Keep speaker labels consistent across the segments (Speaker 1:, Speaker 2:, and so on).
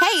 Speaker 1: Hey,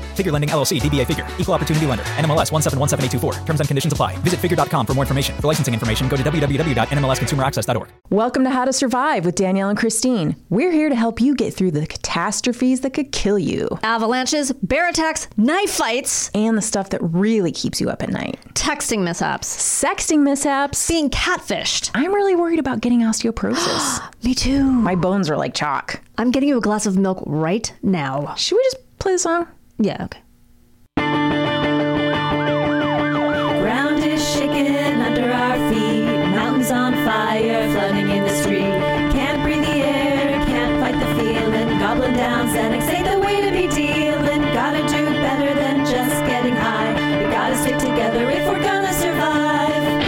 Speaker 2: Figure Lending LLC, DBA Figure, Equal Opportunity Lender, NMLS 1717824. Terms and conditions apply. Visit figure.com for more information. For licensing information, go to www.nmlsconsumeraccess.org.
Speaker 3: Welcome to How to Survive with Danielle and Christine. We're here to help you get through the catastrophes that could kill you
Speaker 4: avalanches, bear attacks, knife fights,
Speaker 3: and the stuff that really keeps you up at night.
Speaker 4: Texting mishaps,
Speaker 3: Sexting mishaps.
Speaker 4: being catfished.
Speaker 3: I'm really worried about getting osteoporosis.
Speaker 4: Me too.
Speaker 3: My bones are like chalk.
Speaker 4: I'm getting you a glass of milk right now.
Speaker 3: Should we just play the song?
Speaker 4: Yeah, okay.
Speaker 5: Ground is shaking under our feet. Mountains on fire, flooding in the street. Can't breathe the air, can't fight the feeling. Goblin down, Xanax ain't the way to be dealing. Gotta do better than just getting high. We gotta stick together if we're gonna survive.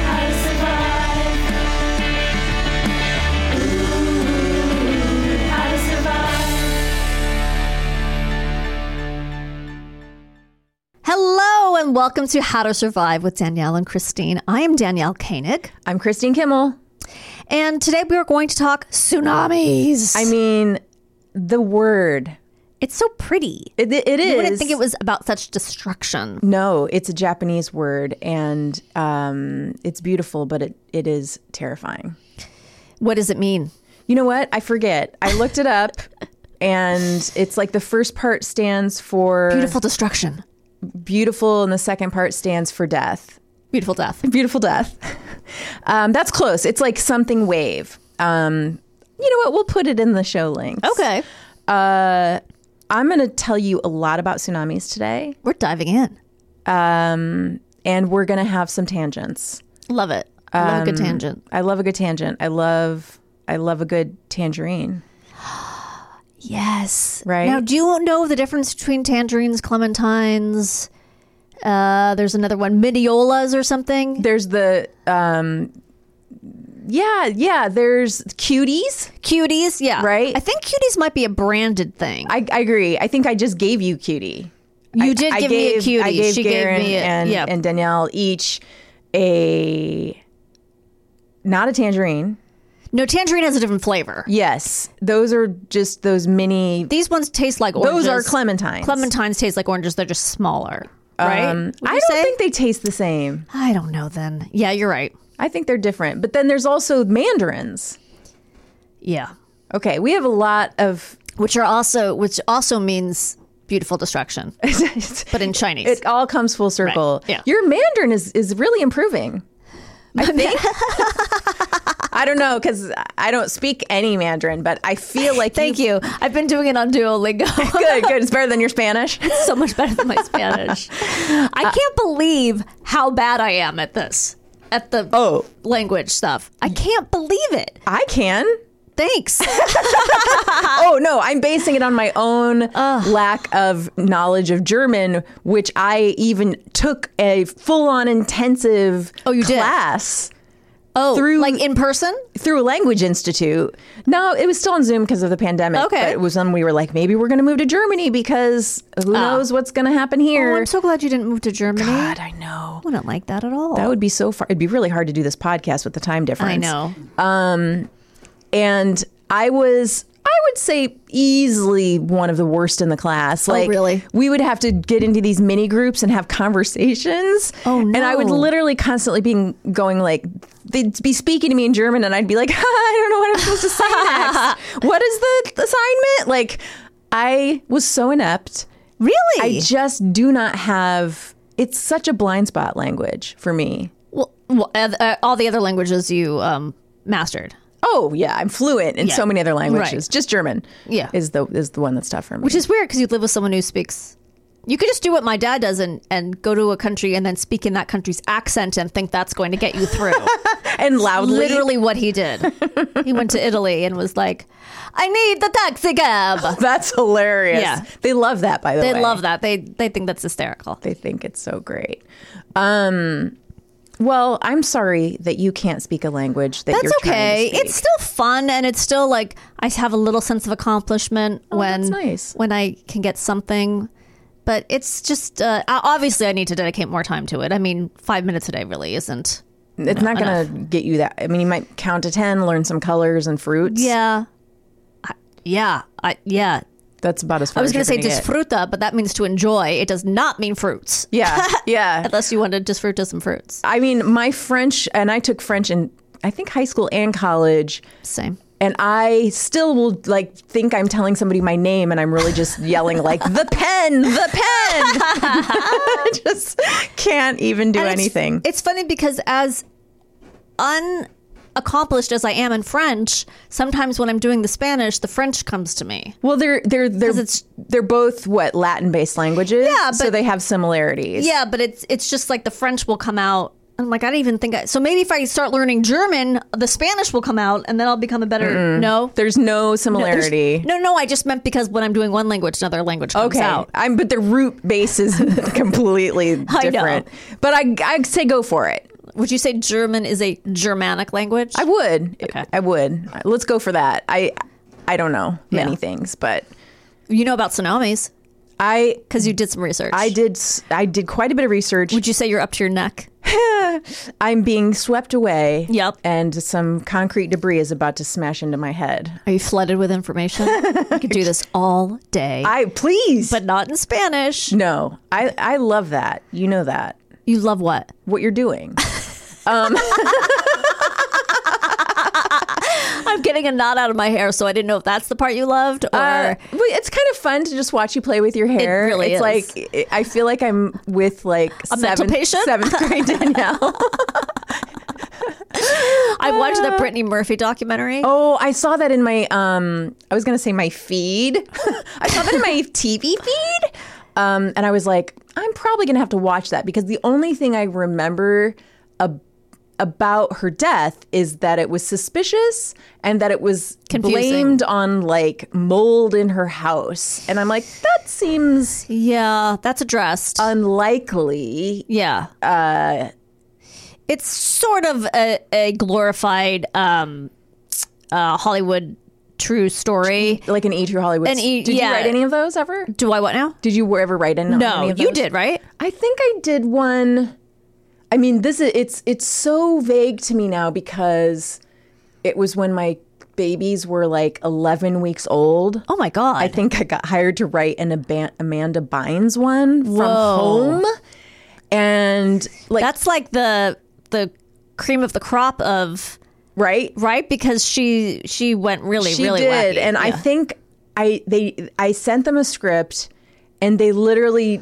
Speaker 5: How to survive. How to survive.
Speaker 4: Hello and welcome to How to Survive with Danielle and Christine. I am Danielle Koenig,
Speaker 3: I'm Christine Kimmel.
Speaker 4: and today we are going to talk tsunamis.
Speaker 3: I mean, the word.
Speaker 4: it's so pretty.
Speaker 3: It, it is.
Speaker 4: You wouldn't think it was about such destruction.
Speaker 3: No, it's a Japanese word and um, it's beautiful, but it, it is terrifying.
Speaker 4: What does it mean?
Speaker 3: You know what? I forget. I looked it up and it's like the first part stands for
Speaker 4: Beautiful destruction.
Speaker 3: beautiful and the second part stands for death.
Speaker 4: Beautiful death.
Speaker 3: Beautiful death. um, that's close. It's like something wave. Um, you know what? We'll put it in the show links.
Speaker 4: Okay.
Speaker 3: I'm going to tell you a lot about tsunamis today
Speaker 4: We're diving in.
Speaker 3: and we're going to have some tangents.
Speaker 4: Love it. I love a
Speaker 3: Um,
Speaker 4: good tangent.
Speaker 3: I love a good tangent. I love I love a good tangerine.
Speaker 4: Yes.
Speaker 3: Right?
Speaker 4: Now, do you know the difference between tangerines, clementines? Uh, there's another one, midiolas or something.
Speaker 3: There's the um yeah, yeah, there's cuties.
Speaker 4: Cuties, yeah.
Speaker 3: Right?
Speaker 4: I think cuties might be a branded thing.
Speaker 3: I, I agree. I think I just gave you cutie.
Speaker 4: you
Speaker 3: I-
Speaker 4: did
Speaker 3: I
Speaker 4: give
Speaker 3: gave,
Speaker 4: me a cutie.
Speaker 3: I gave
Speaker 4: she
Speaker 3: Garen
Speaker 4: gave me a,
Speaker 3: and,
Speaker 4: yeah.
Speaker 3: and Danielle each a not a tangerine.
Speaker 4: no, tangerine has a different flavor.
Speaker 3: Yes. Those are just those mini
Speaker 4: These ones taste like oranges.
Speaker 3: those are clementines.
Speaker 4: Clementines taste like oranges. They're just smaller, right?
Speaker 3: Um,
Speaker 4: Would
Speaker 3: I
Speaker 4: you
Speaker 3: don't
Speaker 4: say?
Speaker 3: think they taste the same.
Speaker 4: I don't know. Then, yeah, you're right.
Speaker 3: I think they're different. But then there's also mandarins.
Speaker 4: Yeah,
Speaker 3: Okay, we have a lot of
Speaker 4: which are also which also means beautiful destruction, but in Chinese.
Speaker 3: it all comes full circle.
Speaker 4: yeah.
Speaker 3: Your Mandarin is is really improving. I think. I don't know because I don't speak any Mandarin, but I feel like
Speaker 4: Thank you. I've been doing it on Duolingo.
Speaker 3: Good, good. It's better than your Spanish.
Speaker 4: so much better than my Spanish. I
Speaker 3: Uh,
Speaker 4: can't believe how bad I am at this, at the
Speaker 3: Oh.
Speaker 4: language stuff. I can't believe it.
Speaker 3: I can.
Speaker 4: Thanks.
Speaker 3: Oh no, I'm basing it on my own lack of knowledge of German, which I even took a full on intensive
Speaker 4: Oh, you did?
Speaker 3: class
Speaker 4: Oh,
Speaker 3: Through-
Speaker 4: like in person?
Speaker 3: through Language Institute. No, it was still on Zoom because of the pandemic.
Speaker 4: Okay.
Speaker 3: But it was when we were like, maybe we're going to move to Germany because who knows what's going to happen
Speaker 4: Oh,
Speaker 3: here.
Speaker 4: I'm so glad you didn't move to Germany.
Speaker 3: God, Ah. I know.
Speaker 4: I wouldn't like that at all.
Speaker 3: That would be so far. It'd be really hard to do this podcast with the time difference.
Speaker 4: I know.
Speaker 3: And I was, I would say, easily one of the worst in the class. Like,
Speaker 4: Oh, really?
Speaker 3: We would have to get into these mini groups and have conversations.
Speaker 4: Oh,
Speaker 3: And I would
Speaker 4: no.
Speaker 3: literally constantly be going like, they'd be speaking to me in German, and I'd be like, I don't know what I'm supposed to say next. What is the assignment? Like, I was so inept.
Speaker 4: Really?
Speaker 3: I just do not have. It's such a blind spot language for me.
Speaker 4: well, well, uh, uh, all the other languages you um, mastered,
Speaker 3: Oh yeah, I'm fluent in
Speaker 4: Yeah.
Speaker 3: so many other languages.
Speaker 4: Right.
Speaker 3: Just German.
Speaker 4: Yeah.
Speaker 3: is the is the one that's tough for me.
Speaker 4: which is weird because you live with someone who speaks. You could just do what my dad does and, and go to a country and then speak in that country's accent and think that's going to get you through.
Speaker 3: and loudly.
Speaker 4: Literally what he did. he went to Italy and was like, I need the taxi cab.
Speaker 3: that's hilarious.
Speaker 4: Yeah.
Speaker 3: they love that. By the
Speaker 4: They
Speaker 3: way,
Speaker 4: love that. They they think that's hysterical.
Speaker 3: They think it's so great. Um, well, I'm sorry that you can't speak a language that
Speaker 4: That's
Speaker 3: you're
Speaker 4: okay.
Speaker 3: Trying to
Speaker 4: It's
Speaker 3: speak.
Speaker 4: still fun, and it's still like I have a little sense of accomplishment when
Speaker 3: that's nice.
Speaker 4: when I can get something. But it's just uh, o- obviously I need to dedicate more time to it. I mean, five minutes a day really isn't.
Speaker 3: it's not going to get you that. I mean, you might count to ten, learn some colors and fruits.
Speaker 4: Yeah, I- yeah, I, yeah.
Speaker 3: that's about as far.
Speaker 4: I was
Speaker 3: going to
Speaker 4: say
Speaker 3: get.
Speaker 4: disfruta, but that means to enjoy. It does not mean fruits.
Speaker 3: Yeah, yeah.
Speaker 4: Unless you want to disfruta some fruits.
Speaker 3: I mean, my French, and I took French in I think high school and college.
Speaker 4: Same.
Speaker 3: and I still will like think I'm telling somebody my name, and I'm really just yelling like the pen, the pen. I just can't even do
Speaker 4: And it's-
Speaker 3: anything.
Speaker 4: It's, funny because as unaccomplished as I am in French, sometimes when I'm doing the Spanish, the French comes to me.
Speaker 3: well, they're they're they're
Speaker 4: 'Cause it's-
Speaker 3: they're both what Latin based languages.
Speaker 4: Yeah,
Speaker 3: so
Speaker 4: but-
Speaker 3: they have similarities.
Speaker 4: Yeah, but it's it's just like the French will come out. I'm like, I don't even think I. So maybe if I start learning German, the Spanish will come out, and then I'll become a better. No,
Speaker 3: there's no similarity.
Speaker 4: no, no. I just meant because when I'm doing one language, another language comes
Speaker 3: Okay,
Speaker 4: out.
Speaker 3: I'm but the root base is completely
Speaker 4: I know.
Speaker 3: different. But I I say go for it.
Speaker 4: Would you say German is a Germanic language?
Speaker 3: I would.
Speaker 4: Okay.
Speaker 3: I would. Let's go for that. I I don't know many
Speaker 4: Yeah.
Speaker 3: things, but
Speaker 4: you know about tsunamis
Speaker 3: I
Speaker 4: because you did some research.
Speaker 3: I did. s- I did quite a bit of research.
Speaker 4: Would you say you're up to your neck?
Speaker 3: I'm being swept away.
Speaker 4: Yep.
Speaker 3: And some concrete debris is about to smash into my head.
Speaker 4: Are you flooded with information? I could do this all day,
Speaker 3: I please.
Speaker 4: but not in Spanish.
Speaker 3: no, I I love that. You know that
Speaker 4: You love what?
Speaker 3: what you're doing.
Speaker 4: I'm getting a knot out of my hair, so I didn't know if that's the part you loved or.
Speaker 3: Uh, but it's kind of fun to just watch you play with your hair.
Speaker 4: really
Speaker 3: it's
Speaker 4: is.
Speaker 3: like it- I feel like I'm with like
Speaker 4: A mental
Speaker 3: seventh,
Speaker 4: patient?
Speaker 3: seventh grade Danielle.
Speaker 4: I watched the Brittany Murphy documentary.
Speaker 3: oh, I saw that in my um. I was gonna say my feed. I saw that in my TV feed. Um, and I was like, I'm probably gonna have to watch that because the only thing I remember ab- about her death is that it was suspicious and that it was
Speaker 4: Confusing.
Speaker 3: blamed on like mold in her house. And I'm like, that seems
Speaker 4: Yeah, that's addressed.
Speaker 3: unlikely.
Speaker 4: Um, yeah. Uh, it's sort of a, a glorified um, uh, Hollywood true story.
Speaker 3: Like an E True Hollywood.
Speaker 4: An E-
Speaker 3: did
Speaker 4: yeah.
Speaker 3: you write any of those ever?
Speaker 4: Do I what now?
Speaker 3: Did you ever write in?
Speaker 4: No,
Speaker 3: any of
Speaker 4: you
Speaker 3: those?
Speaker 4: did, right?
Speaker 3: I think I did one. I mean, this is it's it's so vague to me now because it was when my babies were like 11 weeks old.
Speaker 4: Oh my God.
Speaker 3: I think I got hired to write an Aban- Amanda Bynes one from home, and like
Speaker 4: that's like the the cream of the crop of
Speaker 3: right,
Speaker 4: right because she she went really
Speaker 3: she
Speaker 4: really
Speaker 3: did
Speaker 4: wacky.
Speaker 3: and i
Speaker 4: Yeah.
Speaker 3: think i they i sent them a script and they literally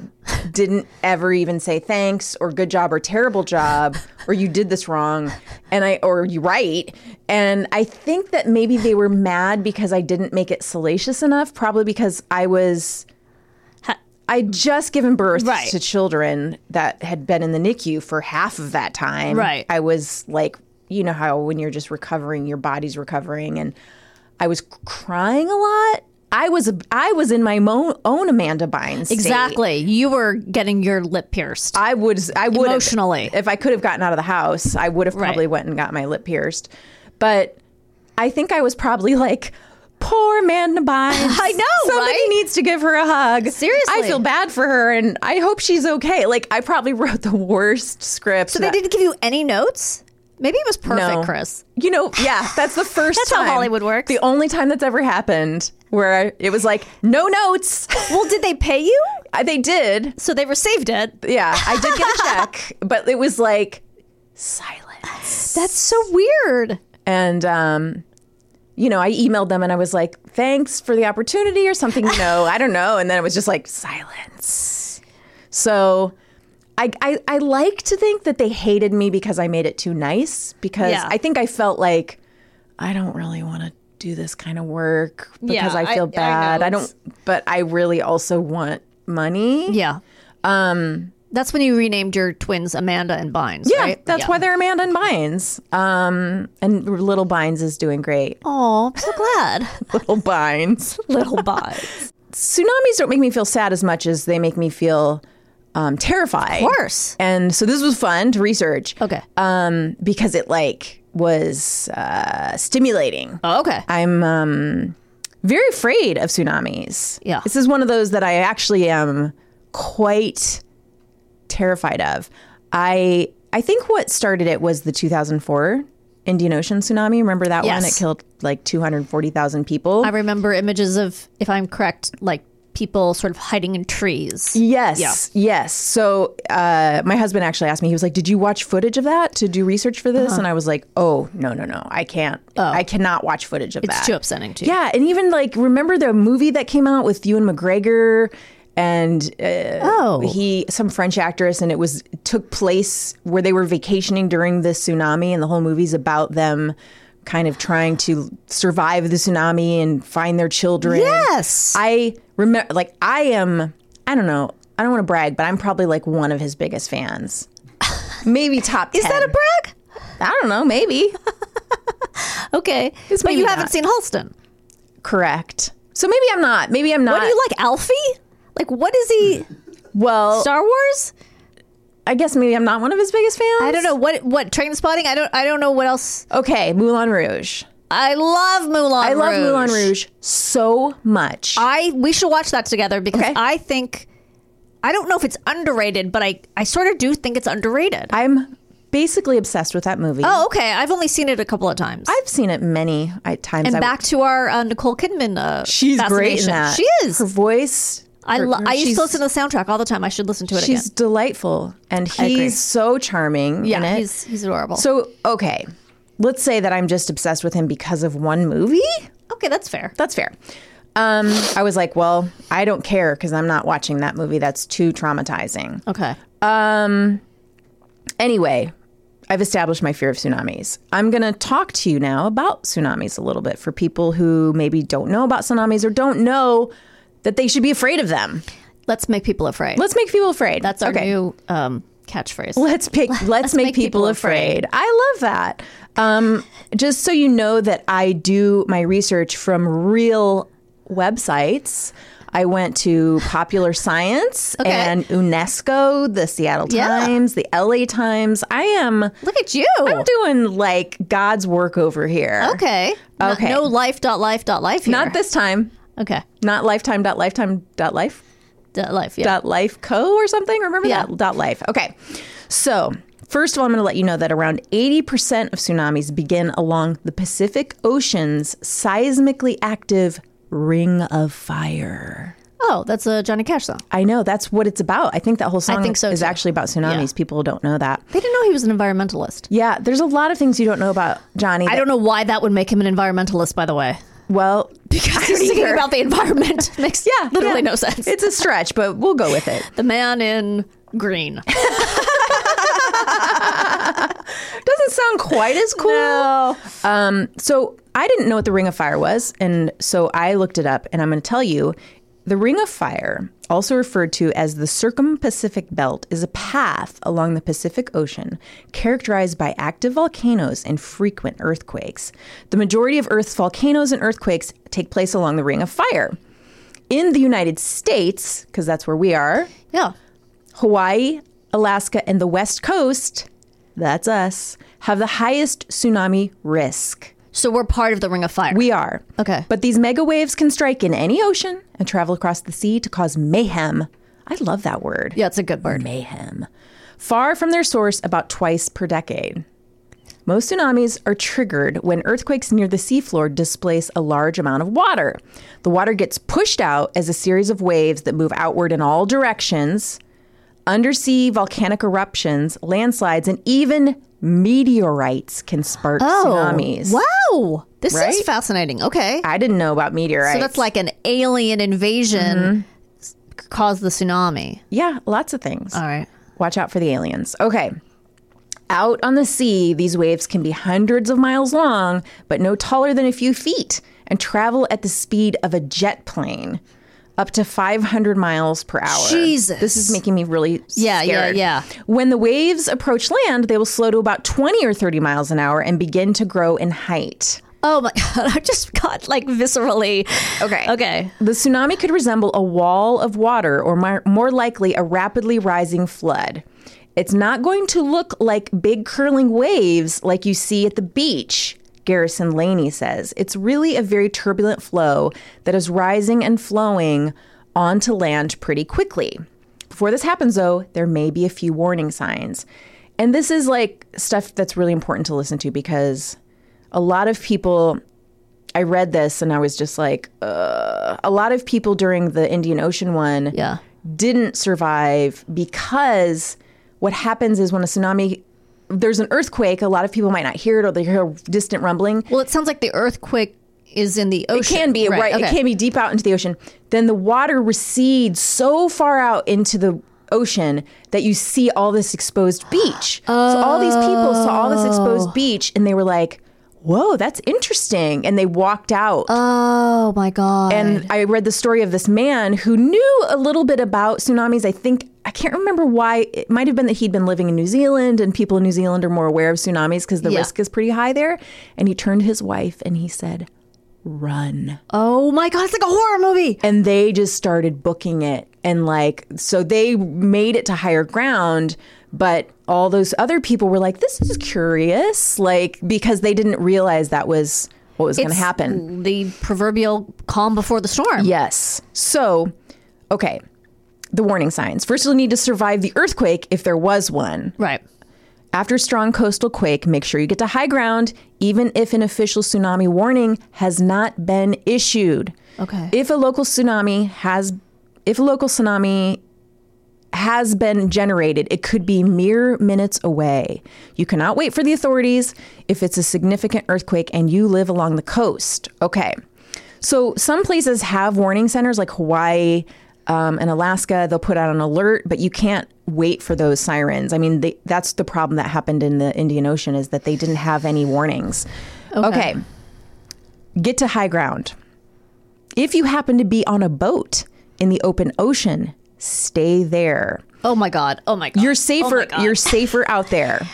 Speaker 3: didn't ever even say thanks or good job or terrible job or you did this wrong and i or you right and i think that maybe they were mad because i didn't make it salacious enough probably because i was I'd just given birth
Speaker 4: Right.
Speaker 3: to children that had been in the NICU for half of that time.
Speaker 4: Right.
Speaker 3: I was like, you know how when you're just recovering, your body's recovering, and I was crying a lot. I was I was in my mo- own Amanda Bynes. state.
Speaker 4: Exactly. You were getting your lip pierced.
Speaker 3: I would I would have-
Speaker 4: Emotionally.
Speaker 3: if I could have gotten out of the house, I would have probably
Speaker 4: Right.
Speaker 3: went and got my lip pierced. But I think I was probably like poor Amanda Bynes. I
Speaker 4: know,
Speaker 3: Somebody
Speaker 4: right?
Speaker 3: needs to give her a hug. I
Speaker 4: Seriously.
Speaker 3: feel bad for her and I hope she's okay. Like I probably wrote the worst script.
Speaker 4: so they
Speaker 3: that-
Speaker 4: didn't give you any notes? Maybe it was perfect,
Speaker 3: No.
Speaker 4: Chris.
Speaker 3: You know, yeah, that's the first
Speaker 4: That's how
Speaker 3: time.
Speaker 4: Hollywood works.
Speaker 3: The only time that's ever happened where I, it was like, no notes.
Speaker 4: Well, did they pay you?
Speaker 3: I- they did.
Speaker 4: So they received it.
Speaker 3: Yeah, I did get a check, but it was like,
Speaker 4: That's so weird.
Speaker 3: and, um, you know, I emailed them and I was like, thanks for the opportunity or something, you know, I don't know. And then it was just like, silence. So I, I, I like to think that they hated me because I made it too nice because
Speaker 4: Yeah.
Speaker 3: I think I felt like I don't really want to do this kind of work because
Speaker 4: Yeah,
Speaker 3: I feel
Speaker 4: I- I know.
Speaker 3: bad. I, don't, but I really also want money.
Speaker 4: Yeah. Um that's when you renamed your twins Amanda and Bynes,
Speaker 3: Yeah,
Speaker 4: right?
Speaker 3: that's why they're Amanda and Bynes. Um, and little Bynes is doing great.
Speaker 4: Oh, I'm so glad.
Speaker 3: Little Bynes.
Speaker 4: Little Bynes.
Speaker 3: Tsunamis don't make me feel sad as much as they make me feel um, terrified.
Speaker 4: Of course. Oh.
Speaker 3: And so this was fun to research.
Speaker 4: Okay.
Speaker 3: Um, because it like was uh, stimulating.
Speaker 4: oh, okay.
Speaker 3: I'm um, very afraid of tsunamis.
Speaker 4: Yeah.
Speaker 3: This is one of those that I actually am quite terrified of. I I think what started it was the 2004 Indian Ocean tsunami. Remember that one?
Speaker 4: Yes.
Speaker 3: It killed like 240,000 people.
Speaker 4: I remember images of, if I'm correct, like people sort of hiding in trees.
Speaker 3: Yes, yes. So uh, my husband actually asked me. He was like, "Did you watch footage of that to do research for
Speaker 4: Uh-huh.
Speaker 3: this?" And I was like, "Oh no, no, no! I can't. I cannot watch footage of that.
Speaker 4: Oh. It's too upsetting to you.
Speaker 3: Yeah, and even like remember the movie that came out with Ewan McGregor and uh,
Speaker 4: Oh.
Speaker 3: he some French actress, and it was took place where they were vacationing during the tsunami, and the whole movie's about them kind of trying to survive the tsunami and find their children.
Speaker 4: Yes.
Speaker 3: I remember, like I am. I don't know. I don't want to brag, but I'm probably like one of his biggest fans. Maybe top. 10.
Speaker 4: Is that a brag?
Speaker 3: I don't know. Maybe.
Speaker 4: Okay. but
Speaker 3: maybe
Speaker 4: you
Speaker 3: not.
Speaker 4: haven't seen Halston.
Speaker 3: Correct. So maybe I'm not. Maybe I'm not.
Speaker 4: What do you like, Alfie? Like, what is he?
Speaker 3: Well,
Speaker 4: Star Wars?
Speaker 3: I guess maybe I'm not one of his biggest fans.
Speaker 4: I don't know what what train spotting. I don't I don't know what else.
Speaker 3: Okay, Moulin Rouge.
Speaker 4: I love Moulin.
Speaker 3: I love Moulin Rouge so much.
Speaker 4: I we should watch that together because
Speaker 3: Okay.
Speaker 4: I think I don't know if it's underrated, but I I sort of do think it's underrated.
Speaker 3: I'm basically obsessed with that movie.
Speaker 4: oh, okay. I've only seen it a couple of times.
Speaker 3: I've seen it many I, times.
Speaker 4: and
Speaker 3: I-
Speaker 4: back to our uh, Nicole Kidman. Uh,
Speaker 3: she's great in
Speaker 4: fascination.
Speaker 3: that.
Speaker 4: She is.
Speaker 3: Her voice.
Speaker 4: I
Speaker 3: her-
Speaker 4: lo- I used
Speaker 3: she's-
Speaker 4: to listen to the soundtrack all the time. I should listen to it
Speaker 3: She's
Speaker 4: again.
Speaker 3: delightful, and he's so charming. in
Speaker 4: Yeah,
Speaker 3: it.
Speaker 4: he's he's adorable.
Speaker 3: so okay. Let's say that I'm just obsessed with him because of one movie.
Speaker 4: okay, that's fair.
Speaker 3: That's fair. Um, I was like, well, I don't care because I'm not watching that movie. That's too traumatizing.
Speaker 4: Okay.
Speaker 3: Anyway, I've established my fear of tsunamis. I'm going to talk to you now about tsunamis a little bit for people who maybe don't know about tsunamis or don't know that they should be afraid of them.
Speaker 4: Let's make people afraid.
Speaker 3: Let's make people afraid.
Speaker 4: that's our new um, catchphrase.
Speaker 3: Let's pick. Let's, make, people, afraid. I love that. Um, just so you know that I do my research from real websites. I went to Popular Science
Speaker 4: Okay.
Speaker 3: and UNESCO, the Seattle
Speaker 4: Yeah.
Speaker 3: Times, the LA Times. I am
Speaker 4: Look at you.
Speaker 3: I'm doing like God's work over here.
Speaker 4: Oh. Okay. No-
Speaker 3: Okay.
Speaker 4: No, life dot life dot life here.
Speaker 3: Not this time.
Speaker 4: Okay.
Speaker 3: Not lifetime dot lifetime dot life
Speaker 4: Dot life. Yeah.
Speaker 3: dot life co or something. Remember
Speaker 4: Yeah.
Speaker 3: that dot life. Okay. So first of all, I'm going to let you know that around 80% of tsunamis begin along the Pacific Ocean's seismically active ring of fire.
Speaker 4: Oh, that's a Johnny Cash song.
Speaker 3: I know that's what it's about. I think that whole song
Speaker 4: think so,
Speaker 3: is
Speaker 4: too.
Speaker 3: actually about tsunamis.
Speaker 4: Yeah.
Speaker 3: People don't know that.
Speaker 4: They didn't know he was an environmentalist.
Speaker 3: Yeah, there's a lot of things you don't know about Johnny.
Speaker 4: I
Speaker 3: that-
Speaker 4: don't know why that would make him an environmentalist, by the way.
Speaker 3: well
Speaker 4: Because he's singing about the environment makes
Speaker 3: yeah,
Speaker 4: literally
Speaker 3: yeah.
Speaker 4: no sense.
Speaker 3: It's a stretch, but we'll go with it.
Speaker 4: the man in green.
Speaker 3: Doesn't sound quite as cool. Um, so I didn't know what the Ring of Fire was, and so I looked it up, and I'm going to tell you The Ring of Fire, also referred to as the Circum-Pacific Belt, is a path along the Pacific Ocean characterized by active volcanoes and frequent earthquakes. The majority of Earth's volcanoes and earthquakes take place along the Ring of Fire. In the United States, because that's where we are,
Speaker 4: Yeah.
Speaker 3: Hawaii, Alaska, and the West Coast, that's us, have the highest tsunami risk.
Speaker 4: So we're part of the Ring of Fire.
Speaker 3: We are.
Speaker 4: Okay.
Speaker 3: But these mega waves can strike in any ocean and travel across the sea to cause mayhem. I love that word.
Speaker 4: yeah, it's a good word.
Speaker 3: Mayhem. Far from their source about twice per decade. Most tsunamis are triggered when earthquakes near the seafloor displace a large amount of water. The water gets pushed out as a series of waves that move outward in all directions, undersea volcanic eruptions, landslides, and even meteorites can spark
Speaker 4: Oh,
Speaker 3: tsunamis.
Speaker 4: Wow. This is
Speaker 3: Right?
Speaker 4: fascinating. Okay.
Speaker 3: I didn't know about meteorites.
Speaker 4: So that's like an alien invasion s-
Speaker 3: Mm-hmm.
Speaker 4: caused the tsunami.
Speaker 3: Yeah, lots of things.
Speaker 4: All right.
Speaker 3: Watch out for the aliens. Okay. Out on the sea, these waves can be hundreds of miles long, but no taller than a few feet, and travel at the speed of a jet plane, up to 500 miles per hour.
Speaker 4: Jesus.
Speaker 3: This is making me really
Speaker 4: Yeah, yeah,
Speaker 3: scared.
Speaker 4: yeah.
Speaker 3: When the waves approach land, they will slow to about 20 or 30 miles an hour and begin to grow in height.
Speaker 4: Oh my god, I just got like viscerally.
Speaker 3: Okay.
Speaker 4: Okay.
Speaker 3: The tsunami could resemble a wall of water or more, more likely a rapidly rising flood. It's not going to look like big curling waves like you see at the beach, Garrison Laney says. It's really a very turbulent flow that is rising and flowing onto land pretty quickly. Before this happens, though, there may be a few warning signs. And this is like stuff that's really important to listen to because a lot of people I read this and I was just like, uh, a lot of people during the Indian Ocean one
Speaker 4: Yeah.
Speaker 3: didn't survive because what happens is when a tsunami, there's an earthquake, a lot of people might not hear it or they hear distant rumbling.
Speaker 4: Well, it sounds like the earthquake is in the
Speaker 3: It
Speaker 4: ocean.
Speaker 3: can be, right? It
Speaker 4: okay.
Speaker 3: can be deep out into the ocean. Then the water recedes so far out into the ocean that you see all this exposed beach. So all these people saw all this
Speaker 4: Oh.
Speaker 3: exposed beach and they were like, whoa, that's interesting. And they walked out.
Speaker 4: Oh my god.
Speaker 3: And I read the story of this man who knew a little bit about tsunamis. I think, I can't remember why. It might have been that he'd been living in New Zealand and people in New Zealand are more aware of tsunamis because the
Speaker 4: Yeah.
Speaker 3: risk is pretty high there. And he turned to his wife and he said, run.
Speaker 4: oh my god, it's like a horror movie.
Speaker 3: And they just started booking it. And like, so they made it to higher ground. But all those other people were like, this is curious. Like, because they didn't realize that was what was going to
Speaker 4: It's
Speaker 3: happen.
Speaker 4: The proverbial calm before the storm.
Speaker 3: Yes. So, okay, the warning signs. First, you'll need to survive the earthquake if there was one.
Speaker 4: Right.
Speaker 3: After strong coastal quake, make sure you get to high ground, even if an official tsunami warning has not been issued.
Speaker 4: Okay.
Speaker 3: If a local tsunami has, if a local tsunami has been generated, it could be mere minutes away. You cannot wait for the authorities if it's a significant earthquake and you live along the coast. Okay. So some places have warning centers like Hawaii um, and Alaska. They'll put out an alert, but you can't wait for those sirens. I mean, they, that's the problem that happened in the Indian Ocean is that they didn't have any warnings. okay. Get to high ground. If you happen to be on a boat in the open ocean, stay there.
Speaker 4: Oh my god. Oh my god.
Speaker 3: You're
Speaker 4: Oh my
Speaker 3: safer.
Speaker 4: God.
Speaker 3: you're safer out there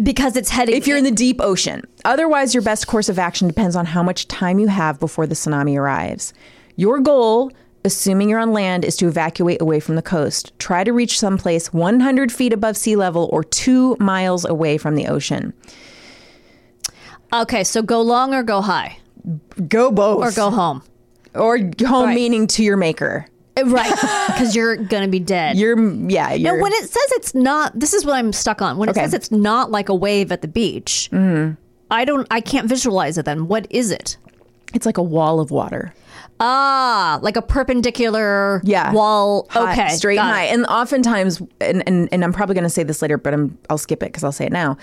Speaker 4: because it's heading.
Speaker 3: if you're in the deep ocean. Otherwise, your best course of action depends on how much time you have before the tsunami arrives. Your goal, assuming you're on land, is to evacuate away from the coast. Try to reach someplace 100 feet above sea level or two miles away from the ocean.
Speaker 4: okay, so go long or go high
Speaker 3: Go both,
Speaker 4: or go home.
Speaker 3: or home,
Speaker 4: Right.
Speaker 3: meaning to your maker.
Speaker 4: Eh, Right, because you're gonna be dead.
Speaker 3: You're yeah. You're,
Speaker 4: And when it says it's not, this is what I'm stuck on. When it
Speaker 3: Okay.
Speaker 4: says it's not like a wave at the beach, I don't, I can't visualize it. Then what is it?
Speaker 3: it's like a wall of water.
Speaker 4: Ah, like a perpendicular
Speaker 3: yeah.
Speaker 4: wall.
Speaker 3: High-
Speaker 4: okay,
Speaker 3: straight
Speaker 4: got
Speaker 3: and high.
Speaker 4: it.
Speaker 3: And oftentimes, and, and and I'm probably going to say this later, but I'm I'll skip it because I'll say it now. Um,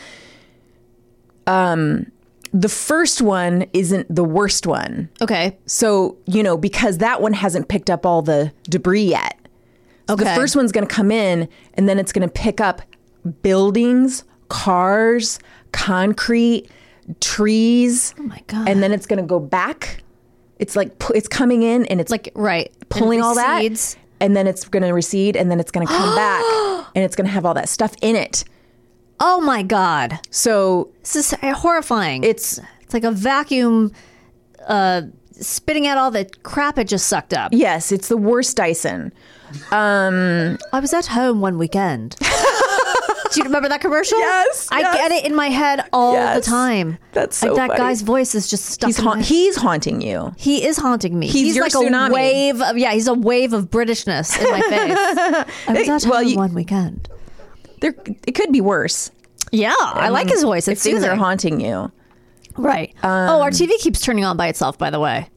Speaker 3: the first one isn't the worst one,
Speaker 4: Okay,
Speaker 3: so you know because that one hasn't picked up all the debris yet. So
Speaker 4: Okay.
Speaker 3: The first one's going to come in, and then it's going to pick up buildings, cars, concrete, trees,
Speaker 4: Oh my God.
Speaker 3: and then it's going to go back. It's like pu- it's coming in and it's
Speaker 4: Like right, And it
Speaker 3: pulling all that
Speaker 4: recedes.
Speaker 3: and then it's going to recede and then it's going to come back and it's going to have all that stuff in it.
Speaker 4: Oh my god,
Speaker 3: So
Speaker 4: this is horrifying.
Speaker 3: it's
Speaker 4: It's like a vacuum uh, spitting out all the crap it just sucked up.
Speaker 3: yes, it's the worst Dyson.
Speaker 4: I was at home one weekend. Do you remember that commercial?
Speaker 3: Yes,
Speaker 4: I
Speaker 3: yes.
Speaker 4: get it in my head all
Speaker 3: Yes.
Speaker 4: the time.
Speaker 3: That's so
Speaker 4: like that
Speaker 3: funny.
Speaker 4: guy's voice is just stuck.
Speaker 3: He's
Speaker 4: in
Speaker 3: haunt
Speaker 4: my-
Speaker 3: he's haunting you.
Speaker 4: he is haunting me.
Speaker 3: He's your
Speaker 4: like
Speaker 3: tsunami.
Speaker 4: a wave of yeah. He's a wave of Britishness in my face. I was at home
Speaker 3: well, you-
Speaker 4: one weekend.
Speaker 3: There it could be worse.
Speaker 4: Yeah, I like his voice.
Speaker 3: If
Speaker 4: It's
Speaker 3: things
Speaker 4: soothing.
Speaker 3: are haunting you.
Speaker 4: Right.
Speaker 3: um,
Speaker 4: oh, our TV keeps turning on by itself. By the way.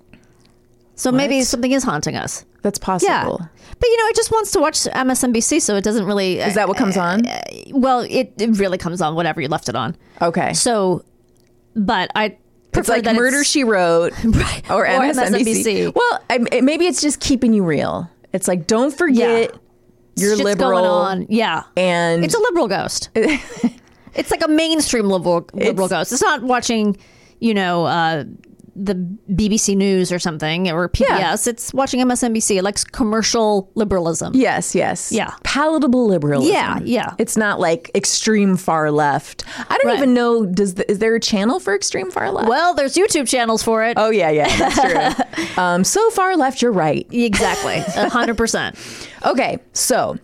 Speaker 4: So maybe something is haunting us.
Speaker 3: That's
Speaker 4: Yeah,
Speaker 3: possible.
Speaker 4: but you know, it just wants to watch MSNBC, so it doesn't really.
Speaker 3: Is that what comes on?
Speaker 4: Uh, well, it, it really comes on whatever you left it on.
Speaker 3: Okay.
Speaker 4: So, but I
Speaker 3: it's
Speaker 4: prefer
Speaker 3: like
Speaker 4: that
Speaker 3: Murder
Speaker 4: it's,
Speaker 3: She Wrote or, MSNBC.
Speaker 4: MSNBC.
Speaker 3: Well, I, it- maybe it's just keeping you real. It's like don't forget you're
Speaker 4: Shit's
Speaker 3: liberal
Speaker 4: going on. Yeah,
Speaker 3: and
Speaker 4: it's a liberal ghost. it's like a mainstream liberal liberal
Speaker 3: It's-
Speaker 4: ghost. It's not watching, you know, uh, the BBC News or something or PBS. It's watching MSNBC. It likes commercial liberalism.
Speaker 3: yes, yes,
Speaker 4: Yeah.
Speaker 3: palatable liberalism.
Speaker 4: Yeah, yeah.
Speaker 3: It's not like extreme far left. I don't
Speaker 4: Right.
Speaker 3: even know. Does the, is there a channel for extreme far left?
Speaker 4: Well, there's YouTube channels for it.
Speaker 3: Oh yeah, yeah, that's true. um, so far left, you're right.
Speaker 4: Exactly, hundred percent.
Speaker 3: Okay, so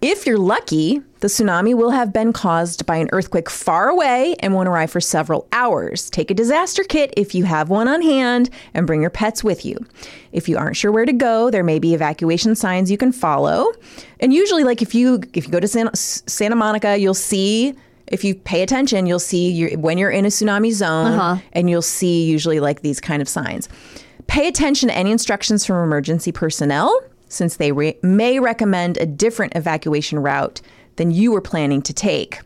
Speaker 3: if you're lucky, the tsunami will have been caused by an earthquake far away and won't arrive for several hours. Take a disaster kit if you have one on hand and bring your pets with you. If you aren't sure where to go, there may be evacuation signs you can follow. And usually like if you if you go to Santa, S- Santa Monica, you'll see if you pay attention, you'll see your, when you're in a tsunami zone and you'll see usually like these kind of signs. Pay attention to any instructions from emergency personnel since they re- may recommend a different evacuation route than you were planning to take.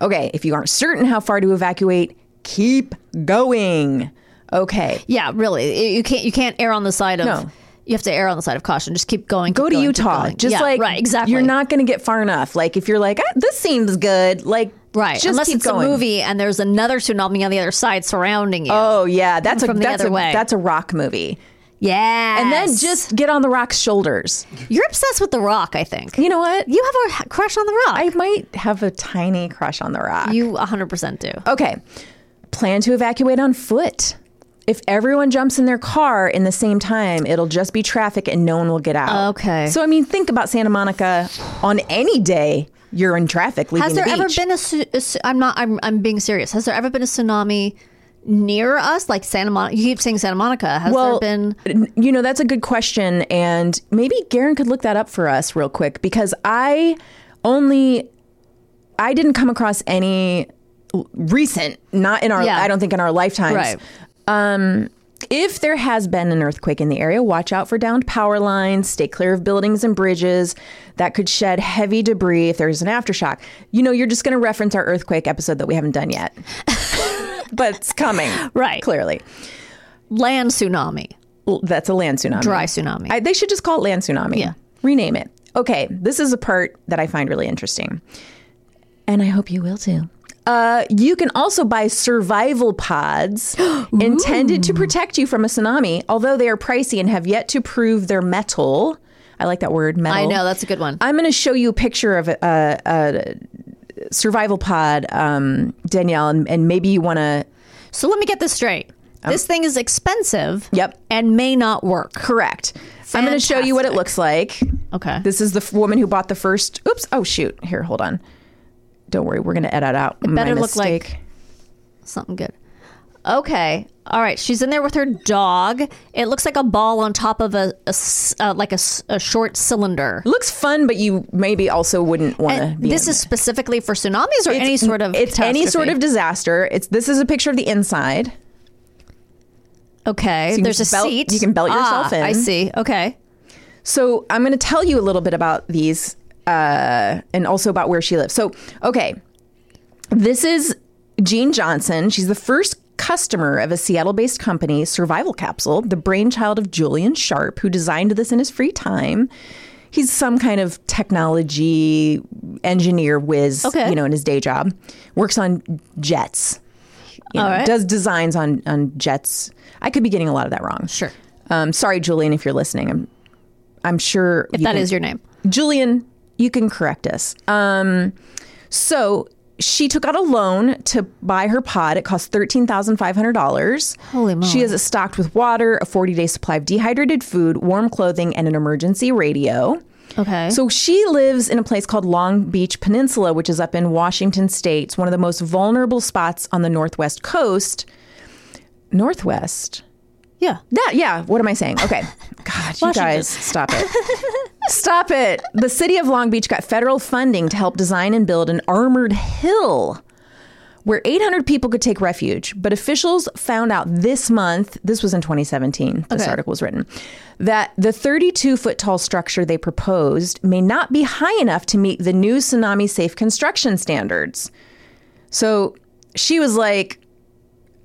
Speaker 3: Okay, if you aren't certain how far to evacuate, keep going. Okay,
Speaker 4: Yeah, really. You- You can't you can't err on the side of
Speaker 3: No.
Speaker 4: you have to err on the side of caution. Just keep going.
Speaker 3: go
Speaker 4: keep
Speaker 3: to
Speaker 4: going, keep
Speaker 3: Utah.
Speaker 4: going.
Speaker 3: Just
Speaker 4: Yeah,
Speaker 3: like
Speaker 4: right, exactly.
Speaker 3: You're not going to get far enough. Like if you're like, ah, this seems good. Like
Speaker 4: right
Speaker 3: just
Speaker 4: unless
Speaker 3: keep
Speaker 4: it's
Speaker 3: going.
Speaker 4: a movie and there's another tsunami on the other side surrounding you.
Speaker 3: Oh yeah, that's a
Speaker 4: From the
Speaker 3: that's
Speaker 4: other
Speaker 3: a
Speaker 4: way.
Speaker 3: that's a rock movie.
Speaker 4: yeah.
Speaker 3: And then just get on the rock's shoulders.
Speaker 4: you're obsessed with the Rock. I think
Speaker 3: You know what?
Speaker 4: you have a h- crush on the Rock.
Speaker 3: I might have a tiny crush on the rock.
Speaker 4: you 100 percent do.
Speaker 3: Okay. Plan to evacuate on foot. If everyone jumps in their car in the same time, it'll just be traffic and no one will get out.
Speaker 4: Okay.
Speaker 3: So I mean, think about Santa Monica on any day you're in traffic leaving
Speaker 4: Has there
Speaker 3: the
Speaker 4: ever
Speaker 3: beach.
Speaker 4: been a, su- a su- I'm not. I'm. I'm being serious. Has there ever been a tsunami near us, like Santa Monica? You keep saying Santa Monica. Has
Speaker 3: well,
Speaker 4: there been?
Speaker 3: you know, that's a good question. And maybe Garen could look that up for us real quick because I only, I didn't come across any recent, not in our,
Speaker 4: Yeah.
Speaker 3: I don't think in our lifetimes.
Speaker 4: Right.
Speaker 3: If there has been an earthquake in the area, watch out for downed power lines, stay clear of buildings and bridges that could shed heavy debris if there's an aftershock. You know, you're just going to reference our earthquake episode that we haven't done yet. but it's coming.
Speaker 4: Right.
Speaker 3: Clearly.
Speaker 4: Land tsunami,
Speaker 3: L- That's a land tsunami.
Speaker 4: dry tsunami.
Speaker 3: I, they should just call it land tsunami.
Speaker 4: Yeah.
Speaker 3: Rename it. Okay, this is a part that I find really interesting. And I hope you will too. Uh, you can also buy survival pods intended to protect you from a tsunami, although they are pricey and have yet to prove their metal. I like that word, metal.
Speaker 4: I know that's a good one.
Speaker 3: I'm going to show you a picture of a, a, a survival pod, um, Danielle, and, and maybe you want to.
Speaker 4: So let me get this straight. This thing is expensive.
Speaker 3: Yep.
Speaker 4: And may not work.
Speaker 3: Correct. I'm going to show you what it
Speaker 4: Fantastic.
Speaker 3: looks like.
Speaker 4: Okay.
Speaker 3: This is the f- woman who bought the first. Oops. Oh shoot. Here, hold on. Don't worry. We're gonna edit out. It
Speaker 4: better look like- Something good. Okay. All right. She's in there with her dog. It looks like a ball on top of a, a s- uh, like a, s- a short cylinder.
Speaker 3: looks fun, but you maybe also wouldn't want to
Speaker 4: And
Speaker 3: be.
Speaker 4: this
Speaker 3: in
Speaker 4: is specifically for tsunamis or
Speaker 3: it.
Speaker 4: any
Speaker 3: It's-
Speaker 4: sort of
Speaker 3: It's any sort of
Speaker 4: catastrophe?
Speaker 3: disaster. It's this is a picture of the inside.
Speaker 4: okay.
Speaker 3: you can
Speaker 4: There's a
Speaker 3: just belt-
Speaker 4: seat.
Speaker 3: you can belt yourself
Speaker 4: Ah, I
Speaker 3: in.
Speaker 4: see. Okay.
Speaker 3: So I'm gonna tell you a little bit about these uh, and also about where she lives. So okay, this is Jean Johnson. She's the first customer of a Seattle-based company, Survival Capsule, the brainchild of Julian Sharp, who designed this in his free time. He's some kind of technology engineer whiz,
Speaker 4: Okay.
Speaker 3: you know, in his day job. Works on jets. you know,
Speaker 4: All right.
Speaker 3: does designs on on jets. I could be getting a lot of that wrong.
Speaker 4: Sure.
Speaker 3: Um, sorry, Julian, if you're listening. I'm I'm sure
Speaker 4: If
Speaker 3: you
Speaker 4: that
Speaker 3: can-
Speaker 4: is your name.
Speaker 3: Julian, you can correct us. Um, so she took out a loan to buy her pod. It cost thirteen thousand five hundred dollars.
Speaker 4: Holy moly.
Speaker 3: She has it stocked with water, a forty day supply of dehydrated food, warm clothing, and an emergency radio.
Speaker 4: Okay.
Speaker 3: So she lives in a place called Long Beach Peninsula, which is up in Washington State. It's one of the most vulnerable spots on the northwest coast. Northwest.
Speaker 4: yeah.
Speaker 3: That yeah, what am I saying? Okay. God, you guys, stop it. Stop it. The city of Long Beach got federal funding to help design and build an armored hill where 800 people could take refuge. But officials found out this month, this was in 2017, this
Speaker 4: Okay.
Speaker 3: article was written, that the 32 foot tall structure they proposed may not be high enough to meet the new tsunami safe construction standards. So she was like,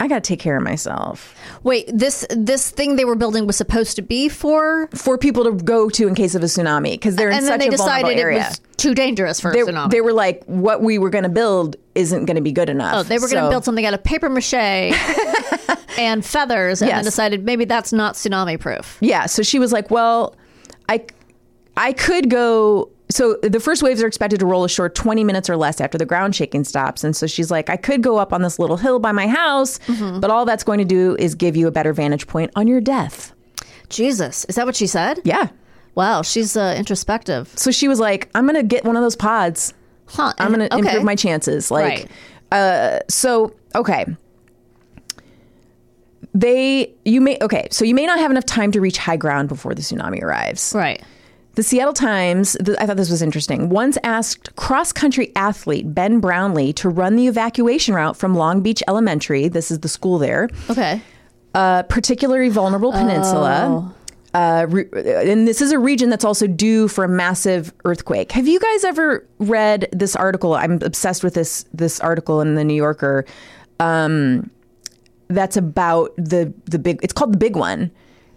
Speaker 3: I got to take care of myself.
Speaker 4: Wait, this this thing they were building was supposed to be for
Speaker 3: for people to go to in case of a tsunami because they're in
Speaker 4: and
Speaker 3: such
Speaker 4: then they
Speaker 3: a vulnerable
Speaker 4: decided it
Speaker 3: area.
Speaker 4: was too dangerous for
Speaker 3: they,
Speaker 4: a tsunami.
Speaker 3: they were like, what we were going to build isn't going to be good enough.
Speaker 4: Oh, they were going to
Speaker 3: So-
Speaker 4: build something out of paper mache and feathers, and then
Speaker 3: Yes.
Speaker 4: decided maybe that's not tsunami proof.
Speaker 3: Yeah, so she was like, well, I, I could go. So the first waves are expected to roll ashore 20 minutes or less after the ground shaking stops. And so she's like, I could go up on this little hill by my house,
Speaker 4: Mm-hmm.
Speaker 3: but all that's going to do is give you a better vantage point on your death.
Speaker 4: Jesus, is that what she said?
Speaker 3: Yeah.
Speaker 4: Wow, she's uh, introspective,
Speaker 3: So she was like, I'm going to get one of those pods.
Speaker 4: huh?
Speaker 3: I'm going to
Speaker 4: okay.
Speaker 3: improve my chances. Like,
Speaker 4: right.
Speaker 3: So, okay. They, you may, okay, so you may not have enough time to reach high ground before the tsunami arrives.
Speaker 4: Right.
Speaker 3: The Seattle Times, th- I thought this was interesting, once asked cross country athlete Ben Brownlee to run the evacuation route from Long Beach Elementary, this is the school there,
Speaker 4: Okay.
Speaker 3: a particularly vulnerable
Speaker 4: Oh.
Speaker 3: peninsula. Uh, re- and this is a region that's also due for a massive earthquake. Have you guys ever read this article? I'm obsessed with this this article in the New Yorker. Um, that's about the the big. It's called the Big One,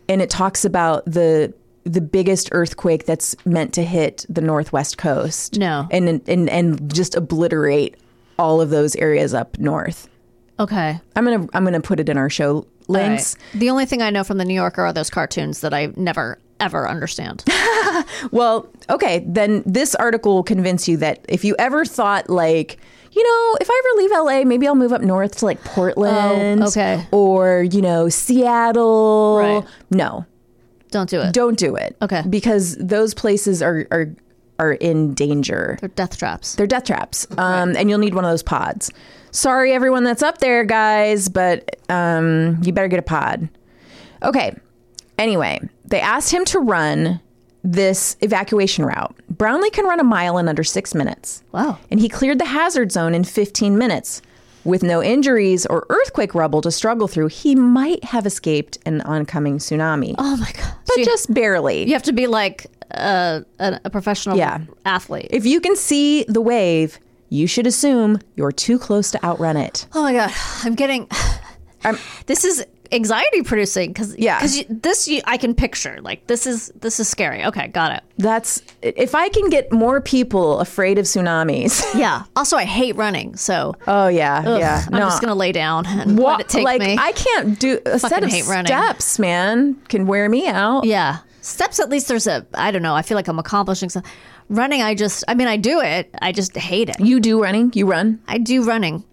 Speaker 3: and it talks about the the biggest earthquake that's meant to hit the northwest coast.
Speaker 4: No.
Speaker 3: and and and just obliterate all of those areas up north.
Speaker 4: Okay.
Speaker 3: I'm gonna I'm gonna put it in our show
Speaker 4: All right.
Speaker 3: links.
Speaker 4: The only thing I know from the New Yorker are those cartoons that I never ever understand.
Speaker 3: Well, okay, then this article will convince you that if you ever thought like, you know, if I ever leave LA, maybe I'll move up north to like Portland
Speaker 4: Oh, okay.
Speaker 3: or, you know, Seattle.
Speaker 4: Right.
Speaker 3: No.
Speaker 4: Don't do it.
Speaker 3: Don't do it.
Speaker 4: Okay.
Speaker 3: Because those places are are are in danger.
Speaker 4: They're death traps.
Speaker 3: They're death traps. Um, and you'll need one of those pods. Sorry, everyone that's up there, guys, but um, you better get a pod. Okay. Anyway, they asked him to run this evacuation route. Brownlee can run a mile in under six minutes.
Speaker 4: Wow.
Speaker 3: And he cleared the hazard zone in 15 minutes. With no injuries or earthquake rubble to struggle through, he might have escaped an oncoming tsunami,
Speaker 4: oh my god.
Speaker 3: but
Speaker 4: So you-
Speaker 3: just barely.
Speaker 4: you have to be like a, a, a professional
Speaker 3: Yeah.
Speaker 4: athlete.
Speaker 3: If you can see the wave, you should assume you're too close to outrun it.
Speaker 4: Oh my god, I'm getting. this is anxiety producing because
Speaker 3: Yeah.
Speaker 4: because this you, I can picture like this is this is scary. Okay, got it.
Speaker 3: That's if I can get more people afraid of tsunamis.
Speaker 4: Yeah. Also, I hate running, so
Speaker 3: Oh yeah,
Speaker 4: ugh,
Speaker 3: yeah.
Speaker 4: I'm just gonna lay down and
Speaker 3: wa-
Speaker 4: let it take
Speaker 3: like
Speaker 4: me.
Speaker 3: I can't do a set
Speaker 4: Fucking
Speaker 3: of
Speaker 4: hate running.
Speaker 3: steps, man, can wear me out.
Speaker 4: yeah, steps. At least there's a. I don't know. I feel like I'm accomplishing something. Running, I just. I mean, I do it. I just hate it.
Speaker 3: You do running? You run?
Speaker 4: I do running.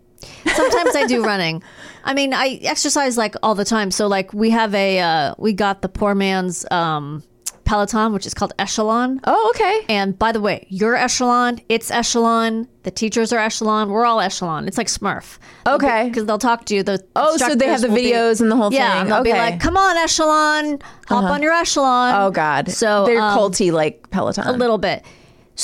Speaker 4: Sometimes I do running. I mean, I exercise like all the time. So like we have a uh, we got the poor man's um, Peloton, which is called Echelon.
Speaker 3: Oh, okay.
Speaker 4: And by the way, your echelon, it's echelon, the teachers are echelon, we're all echelon. It's like Smurf.
Speaker 3: Okay.
Speaker 4: Because they'll talk to you. The
Speaker 3: Oh, so they have
Speaker 4: instructors
Speaker 3: the
Speaker 4: will be-
Speaker 3: videos and the whole
Speaker 4: yeah,
Speaker 3: thing.
Speaker 4: and They'll be
Speaker 3: Okay. Uh-huh.
Speaker 4: like, come on, echelon, hop on your echelon.
Speaker 3: oh God.
Speaker 4: So
Speaker 3: they're
Speaker 4: um,
Speaker 3: culty like Peloton.
Speaker 4: a little bit.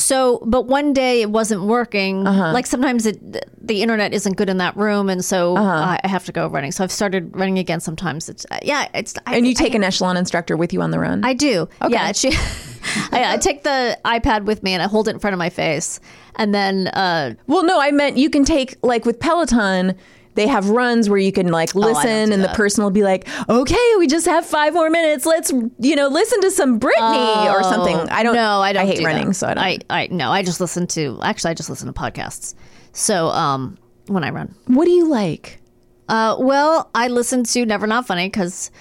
Speaker 4: So, but one day it wasn't working.
Speaker 3: Uh-huh.
Speaker 4: Like sometimes it, the internet isn't good in that room, and so
Speaker 3: Uh-huh.
Speaker 4: I I have to go running. So I've started running again. Sometimes it's uh, yeah, it's I,
Speaker 3: and you take
Speaker 4: I,
Speaker 3: an echelon instructor with you on the run.
Speaker 4: I do. Yeah, she, I, I take the iPad with me and I hold it in front of my face, and then uh,
Speaker 3: well, no, I meant you can take like with Peloton. They have runs where you can like
Speaker 4: Oh, don't
Speaker 3: listen,
Speaker 4: do
Speaker 3: and the
Speaker 4: that.
Speaker 3: person will be like, "Okay, we just have five more minutes. Let's you know listen to some Britney or something." I don't.
Speaker 4: Oh, No, I don't.
Speaker 3: I hate
Speaker 4: do that.
Speaker 3: running, so I don't.
Speaker 4: I, I no, I just listen to. Actually, I just listen to podcasts. So um, when I run,
Speaker 3: what do you like?
Speaker 4: Uh, well, I listen to Never Not Funny because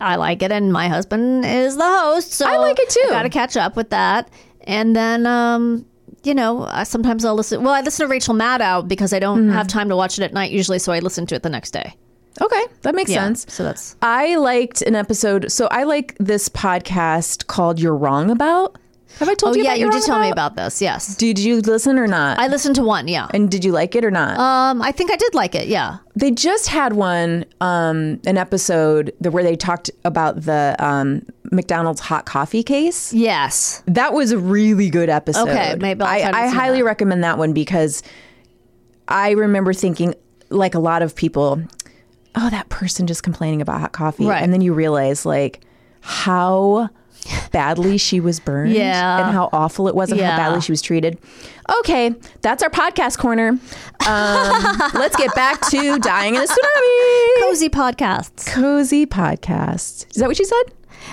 Speaker 4: I like it, and my husband is the host, so
Speaker 3: I like it too.
Speaker 4: Got to catch up with that, and then. Um, you know, I, sometimes I'll listen. Well, I listen to Rachel Maddow because I don't
Speaker 3: Mm-hmm.
Speaker 4: have time to watch it at night usually, so I listen to it the next day.
Speaker 3: Okay, that makes
Speaker 4: Yeah,
Speaker 3: sense.
Speaker 4: so that's-
Speaker 3: I liked an episode. So I like this podcast called "You're Wrong About." Have I told
Speaker 4: Oh
Speaker 3: you?
Speaker 4: yeah,
Speaker 3: about
Speaker 4: you
Speaker 3: You're
Speaker 4: did
Speaker 3: Wrong
Speaker 4: tell me about this. Yes,
Speaker 3: Did you listen or not?
Speaker 4: I listened to one. Yeah,
Speaker 3: and did you like it or not?
Speaker 4: um, I think I did like it. Yeah,
Speaker 3: they just had one um, an episode that- where they talked about the um, McDonald's hot coffee case.
Speaker 4: yes,
Speaker 3: That was a really good episode.
Speaker 4: Okay, maybe I'll
Speaker 3: I-
Speaker 4: try to
Speaker 3: I
Speaker 4: see
Speaker 3: highly
Speaker 4: that.
Speaker 3: recommend that one because I remember thinking, like a lot of people, oh, that person just complaining about hot coffee,
Speaker 4: Right.
Speaker 3: and then you realize like how badly she was burned,
Speaker 4: Yeah.
Speaker 3: and how awful it was, and
Speaker 4: Yeah.
Speaker 3: how badly she was treated. Okay, that's our podcast corner. Um, let's get back to dying in a tsunami.
Speaker 4: cozy podcasts.
Speaker 3: Cozy podcast. Is that what she said?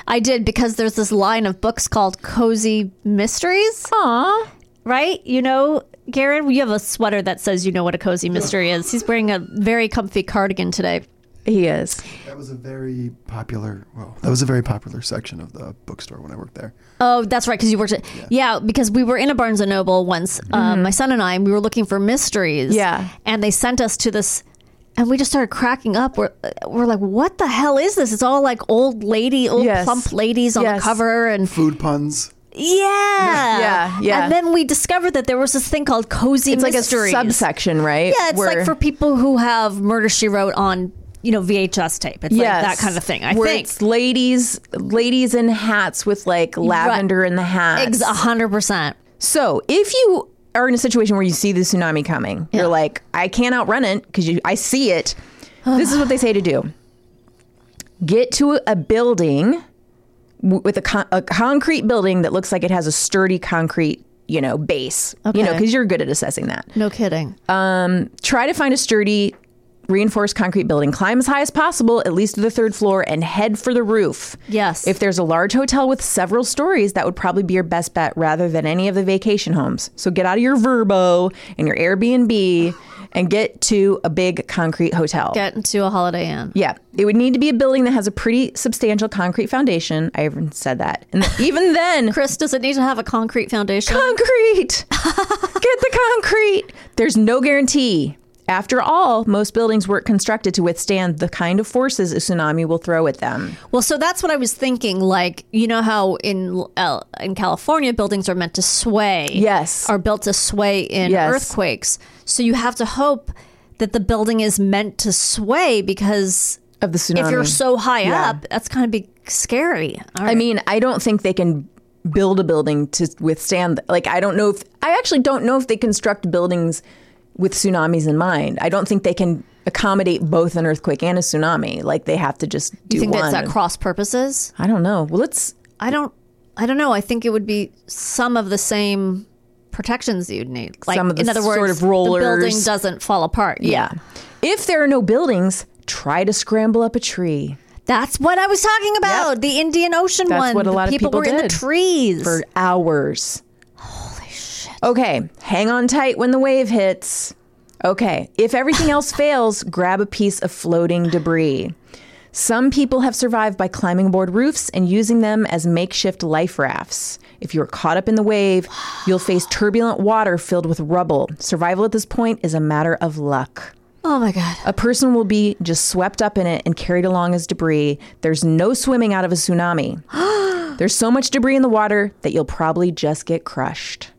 Speaker 4: I did because there's this line of books called Cozy Mysteries,
Speaker 3: Aw.
Speaker 4: right? You know, Garen, you have a sweater that says you know what a cozy mystery is. He's wearing a very comfy cardigan today.
Speaker 3: He is.
Speaker 6: That was a very popular. Well, that was a very popular section of the bookstore when I worked there.
Speaker 4: Oh, that's right, because you worked at yeah. because we were in a Barnes and Noble once, uh, my son and I, and we were looking for mysteries.
Speaker 3: Mm-hmm. Yeah.
Speaker 4: and they sent us to this, and we just started cracking up. We're we're like, what the hell is this? It's all like old lady, old
Speaker 3: Yes.
Speaker 4: plump ladies on
Speaker 3: Yes.
Speaker 4: the cover, and
Speaker 6: Food puns.
Speaker 4: yeah,
Speaker 3: Yeah, yeah.
Speaker 4: And then we discovered that there was this thing called cozy
Speaker 3: It's like a
Speaker 4: mysteries.
Speaker 3: subsection, right?
Speaker 4: Yeah, it's
Speaker 3: Where-
Speaker 4: like for people who have Murder She Wrote on you know VHS tape. It's
Speaker 3: Yes.
Speaker 4: like that kind of thing. I
Speaker 3: Where
Speaker 4: think
Speaker 3: it's ladies, ladies in hats with like lavender in the hat.
Speaker 4: Ex- a hundred percent.
Speaker 3: So if you are in a situation where you see the tsunami coming,
Speaker 4: Yeah.
Speaker 3: you're like, I can't outrun it because you, I see it. this is what they say to do: get to a building w- with a, con- a concrete building that looks like it has a sturdy concrete, you know, base. You know,
Speaker 4: Okay.
Speaker 3: because you're good at assessing that.
Speaker 4: No kidding.
Speaker 3: Try to find a sturdy. Reinforced concrete building. Climb as high as possible, at least to the third floor, and head for the roof.
Speaker 4: yes.
Speaker 3: If there's a large hotel with several stories, that would probably be your best bet rather than any of the vacation homes. So get out of your Verbo and your Airbnb and get to a big concrete hotel.
Speaker 4: get into a Holiday Inn.
Speaker 3: yeah, it would need to be a building that has a pretty substantial concrete foundation. I even said that. And even then,
Speaker 4: Chris, does it need to have a concrete foundation?
Speaker 3: concrete. Get the concrete. There's no guarantee. After all, most buildings weren't constructed to withstand the kind of forces a tsunami will throw at them.
Speaker 4: well, so that's what I was thinking. Like, you know how in uh, in California buildings are meant to sway.
Speaker 3: Yes.
Speaker 4: Are built to sway in
Speaker 3: Yes.
Speaker 4: earthquakes. So you have to hope that the building is meant to sway because
Speaker 3: Of the tsunami.
Speaker 4: if you're so high up, that's going to be scary. All
Speaker 3: I
Speaker 4: right.
Speaker 3: mean, I don't think they can build a building to withstand. Like, I don't know if I actually don't know if they construct buildings with tsunamis in mind. I don't think they can accommodate both an earthquake and a tsunami. Like, they have to just do
Speaker 4: you think
Speaker 3: one.
Speaker 4: that's at cross purposes?
Speaker 3: I don't know. Well, let's.
Speaker 4: I don't. I don't know. I think it would be some of the same protections you'd need. Like
Speaker 3: Some of the
Speaker 4: in other words,
Speaker 3: sort of
Speaker 4: the building
Speaker 3: rollers.
Speaker 4: doesn't fall apart.
Speaker 3: Yeah. If there are no buildings, try to scramble up a tree
Speaker 4: That's what I was talking about.
Speaker 3: Yep.
Speaker 4: The Indian Ocean
Speaker 3: That's
Speaker 4: one.
Speaker 3: what a
Speaker 4: The
Speaker 3: lot of people
Speaker 4: were in the
Speaker 3: did
Speaker 4: trees.
Speaker 3: for hours. Holy shit. Okay, hang on tight when the wave hits. Okay, if everything else fails, grab a piece of floating debris. Some people have survived by climbing aboard roofs and using them as makeshift life rafts. If you are caught up in the wave, you'll face turbulent water filled with rubble. Survival at this point is a matter of luck.
Speaker 4: oh my god.
Speaker 3: A person will be just swept up in it and carried along as debris. There's no swimming out of a tsunami. There's so much debris in the water that you'll probably just get crushed.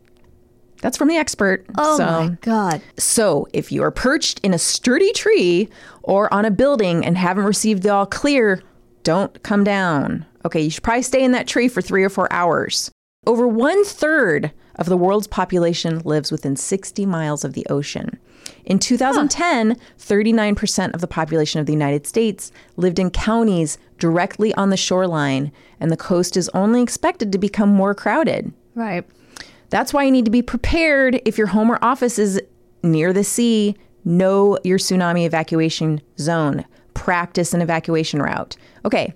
Speaker 3: That's from the expert.
Speaker 4: Oh
Speaker 3: so,
Speaker 4: my god.
Speaker 3: so if you are perched in a sturdy tree or on a building and haven't received the all clear, don't come down. Okay, you should probably stay in that tree for three or four hours. Over one third of the world's population lives within 60 miles of the ocean. In 2010, 39% of the population of the United States lived in counties directly on the shoreline, and the coast is only expected to become more crowded.
Speaker 4: Right.
Speaker 3: That's why you need to be prepared if your home or office is near the sea. Know your tsunami evacuation zone. Practice an evacuation route. Okay.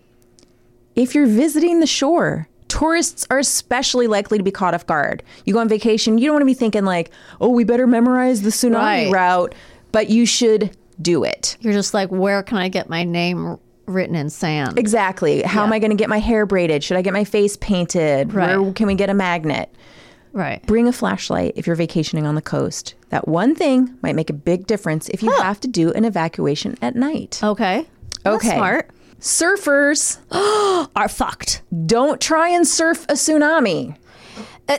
Speaker 3: If you're visiting the shore, tourists are especially likely to be caught off guard. You go on vacation, you don't want to be thinking, like, oh, we better memorize the tsunami
Speaker 4: Right.
Speaker 3: route, but you should do it.
Speaker 4: You're just like, where can I get my name written in sand?
Speaker 3: Exactly. How am I going to get my hair braided? Should I get my face painted? Where
Speaker 4: Right.
Speaker 3: can we get a magnet?
Speaker 4: Right.
Speaker 3: Bring a flashlight if you're vacationing on the coast. That one thing might make a big difference if you have to do an evacuation at night.
Speaker 4: Okay. That's
Speaker 3: Okay.
Speaker 4: smart.
Speaker 3: Surfers,
Speaker 4: Are fucked.
Speaker 3: don't try and surf a tsunami.
Speaker 4: Uh,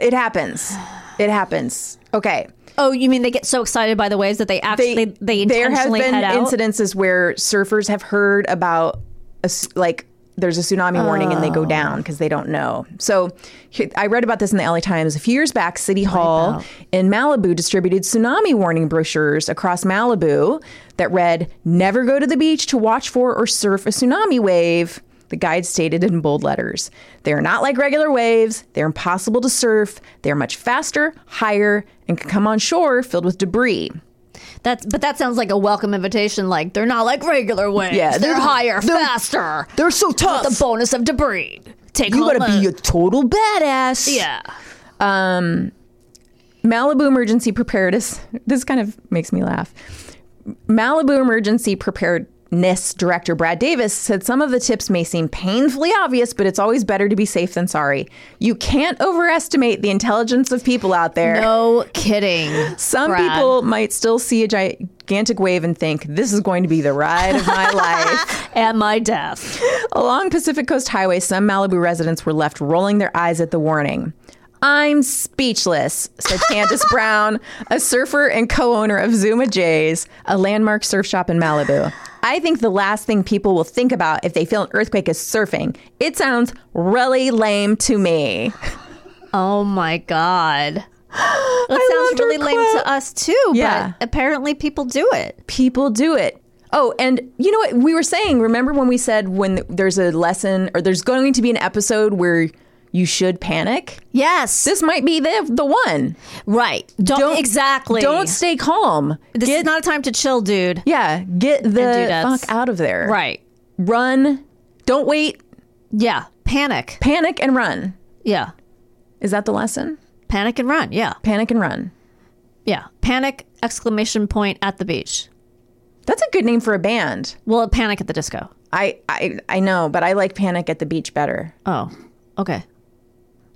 Speaker 3: It happens. It happens. Okay.
Speaker 4: oh, you mean they get so excited by the waves that they actually they,
Speaker 3: there have
Speaker 4: intentionally
Speaker 3: been
Speaker 4: head out?
Speaker 3: incidences where surfers have heard about a s like there's a tsunami warning and they
Speaker 4: Oh.
Speaker 3: go down because they don't know. So here- I read about this in the LA Times a few years back. City Hall in Malibu distributed tsunami warning brochures across Malibu that read "Never go to the beach to watch for or surf a tsunami wave." The guide stated in bold letters they are not like regular waves. They're impossible to surf. They're much faster, higher, and can come on shore filled with debris.
Speaker 4: That's but that sounds like a welcome invitation. Like they're not like regular waves.
Speaker 3: Yeah,
Speaker 4: they're,
Speaker 3: they're-
Speaker 4: higher, faster.
Speaker 3: They're so tough.
Speaker 4: the bonus of debris. Take
Speaker 3: You
Speaker 4: home
Speaker 3: gotta be
Speaker 4: a-
Speaker 3: a total badass.
Speaker 4: yeah.
Speaker 3: Um, Malibu Emergency Preparedness. This kind of makes me laugh. Malibu Emergency Preparedness Director Brad Davis said some of the tips may seem painfully obvious, but it's always better to be safe than sorry. You can't overestimate the intelligence of people out there.
Speaker 4: No kidding.
Speaker 3: Some
Speaker 4: Brad.
Speaker 3: people might still see a gigantic wave and think, this is going to be the ride of my life.
Speaker 4: at my death.
Speaker 3: Along Pacific Coast Highway, some Malibu residents were left rolling their eyes at the warning. I'm speechless, said Candace Brown, a surfer and co owner of Zuma Jays, a landmark surf shop in Malibu. I think the last thing people will think about if they feel an earthquake is surfing. It sounds really lame to me.
Speaker 4: Oh my god. That
Speaker 3: loved
Speaker 4: sounds
Speaker 3: her
Speaker 4: really lame
Speaker 3: quote.
Speaker 4: to us too.
Speaker 3: Yeah.
Speaker 4: But apparently people do it.
Speaker 3: people do it. Oh, and you know what we were saying? Remember when we said when there's a lesson or there's going to be an episode where you should panic?
Speaker 4: Yes.
Speaker 3: This might be the the one.
Speaker 4: right. Don't, exactly.
Speaker 3: Don't stay calm.
Speaker 4: This is not a time to chill, dude.
Speaker 3: Yeah, get the
Speaker 4: that's-
Speaker 3: fuck out of there.
Speaker 4: Right.
Speaker 3: Run. Don't wait.
Speaker 4: Yeah. Panic.
Speaker 3: Panic and run.
Speaker 4: Yeah.
Speaker 3: Is that the lesson?
Speaker 4: Panic and run. Yeah.
Speaker 3: Panic and run.
Speaker 4: Yeah. Panic exclamation point at the beach.
Speaker 3: That's a good name for a band.
Speaker 4: Well, panic at the disco.
Speaker 3: I I, I know, but I like Panic at the Beach better.
Speaker 4: Oh. Okay.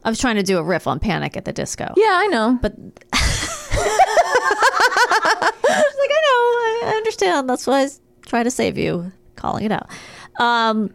Speaker 4: I was trying to do a riff on panic at the disco.
Speaker 3: Yeah, I know. But
Speaker 4: But It's like, I know, I understand. That's why I was trying to save you, calling it out. Um,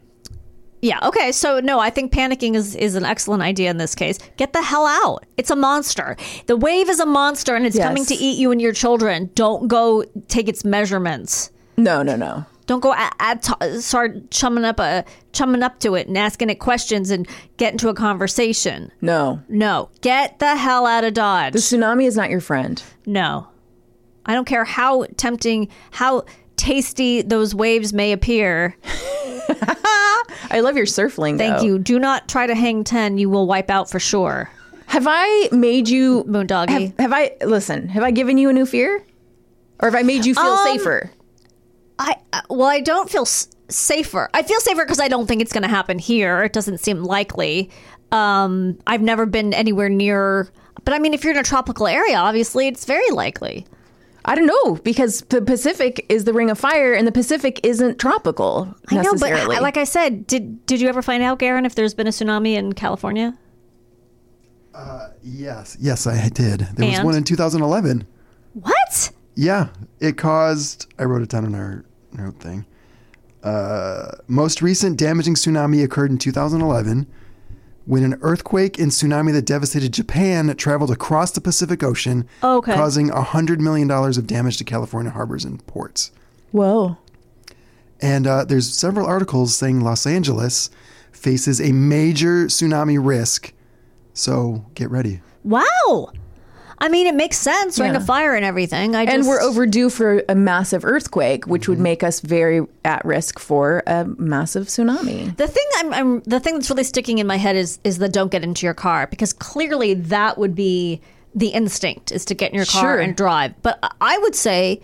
Speaker 4: yeah, okay. So, no, I think panicking is, is an excellent idea in this case. Get the hell out. It's a monster. The wave is a monster and it's
Speaker 3: Yes.
Speaker 4: coming to eat you and your children. Don't go take its measurements.
Speaker 3: no, no, no.
Speaker 4: Don't go at, at t- start chumming up a chumming up to it and asking it questions and get into a conversation.
Speaker 3: No.
Speaker 4: No, get the hell out of Dodge.
Speaker 3: The tsunami is not your friend.
Speaker 4: No. I don't care how tempting, how tasty those waves may appear.
Speaker 3: I love your surf lingo.
Speaker 4: Thank you. Do not try to hang 10. You will wipe out for sure.
Speaker 3: Have I made you
Speaker 4: Moondoggy.
Speaker 3: Have, have I listen? Have I given you a new fear, or have I made you feel
Speaker 4: Um,
Speaker 3: safer?
Speaker 4: I I- well, I don't feel s- safer. I feel safer because I don't think it's going to happen here. It doesn't seem likely. Um, I've never been anywhere near, but I mean, if you're in a tropical area, obviously it's very likely.
Speaker 3: I don't know because the Pacific is the Ring of Fire, and the Pacific isn't tropical
Speaker 4: I know,
Speaker 3: necessarily.
Speaker 4: but I- like I said, did did you ever find out, Garen, if there's been a tsunami in California?
Speaker 6: Yes, yes, I did. There was
Speaker 4: And?
Speaker 6: one in 2011.
Speaker 4: What?
Speaker 6: Yeah, it caused. I wrote it down in our note thing. Uh, most recent damaging tsunami occurred in 2011 when an earthquake and tsunami that devastated Japan traveled across the Pacific Ocean,
Speaker 4: Oh, Okay.
Speaker 6: causing $100 million of damage to California harbors and ports.
Speaker 3: whoa,
Speaker 6: And uh, there's several articles saying Los Angeles faces a major tsunami risk. So get ready.
Speaker 4: Wow. I mean, it makes sense. Ring
Speaker 3: Yeah.
Speaker 4: of Fire and everything. I just,
Speaker 3: and we're overdue for a massive earthquake, which
Speaker 4: Mm-hmm.
Speaker 3: would make us very at risk for a massive tsunami.
Speaker 4: The thing I'm, I'm the thing that's really sticking in my head is is the don't get into your car because clearly that would be the instinct is to get in your car
Speaker 3: Sure.
Speaker 4: and drive. But I- I would say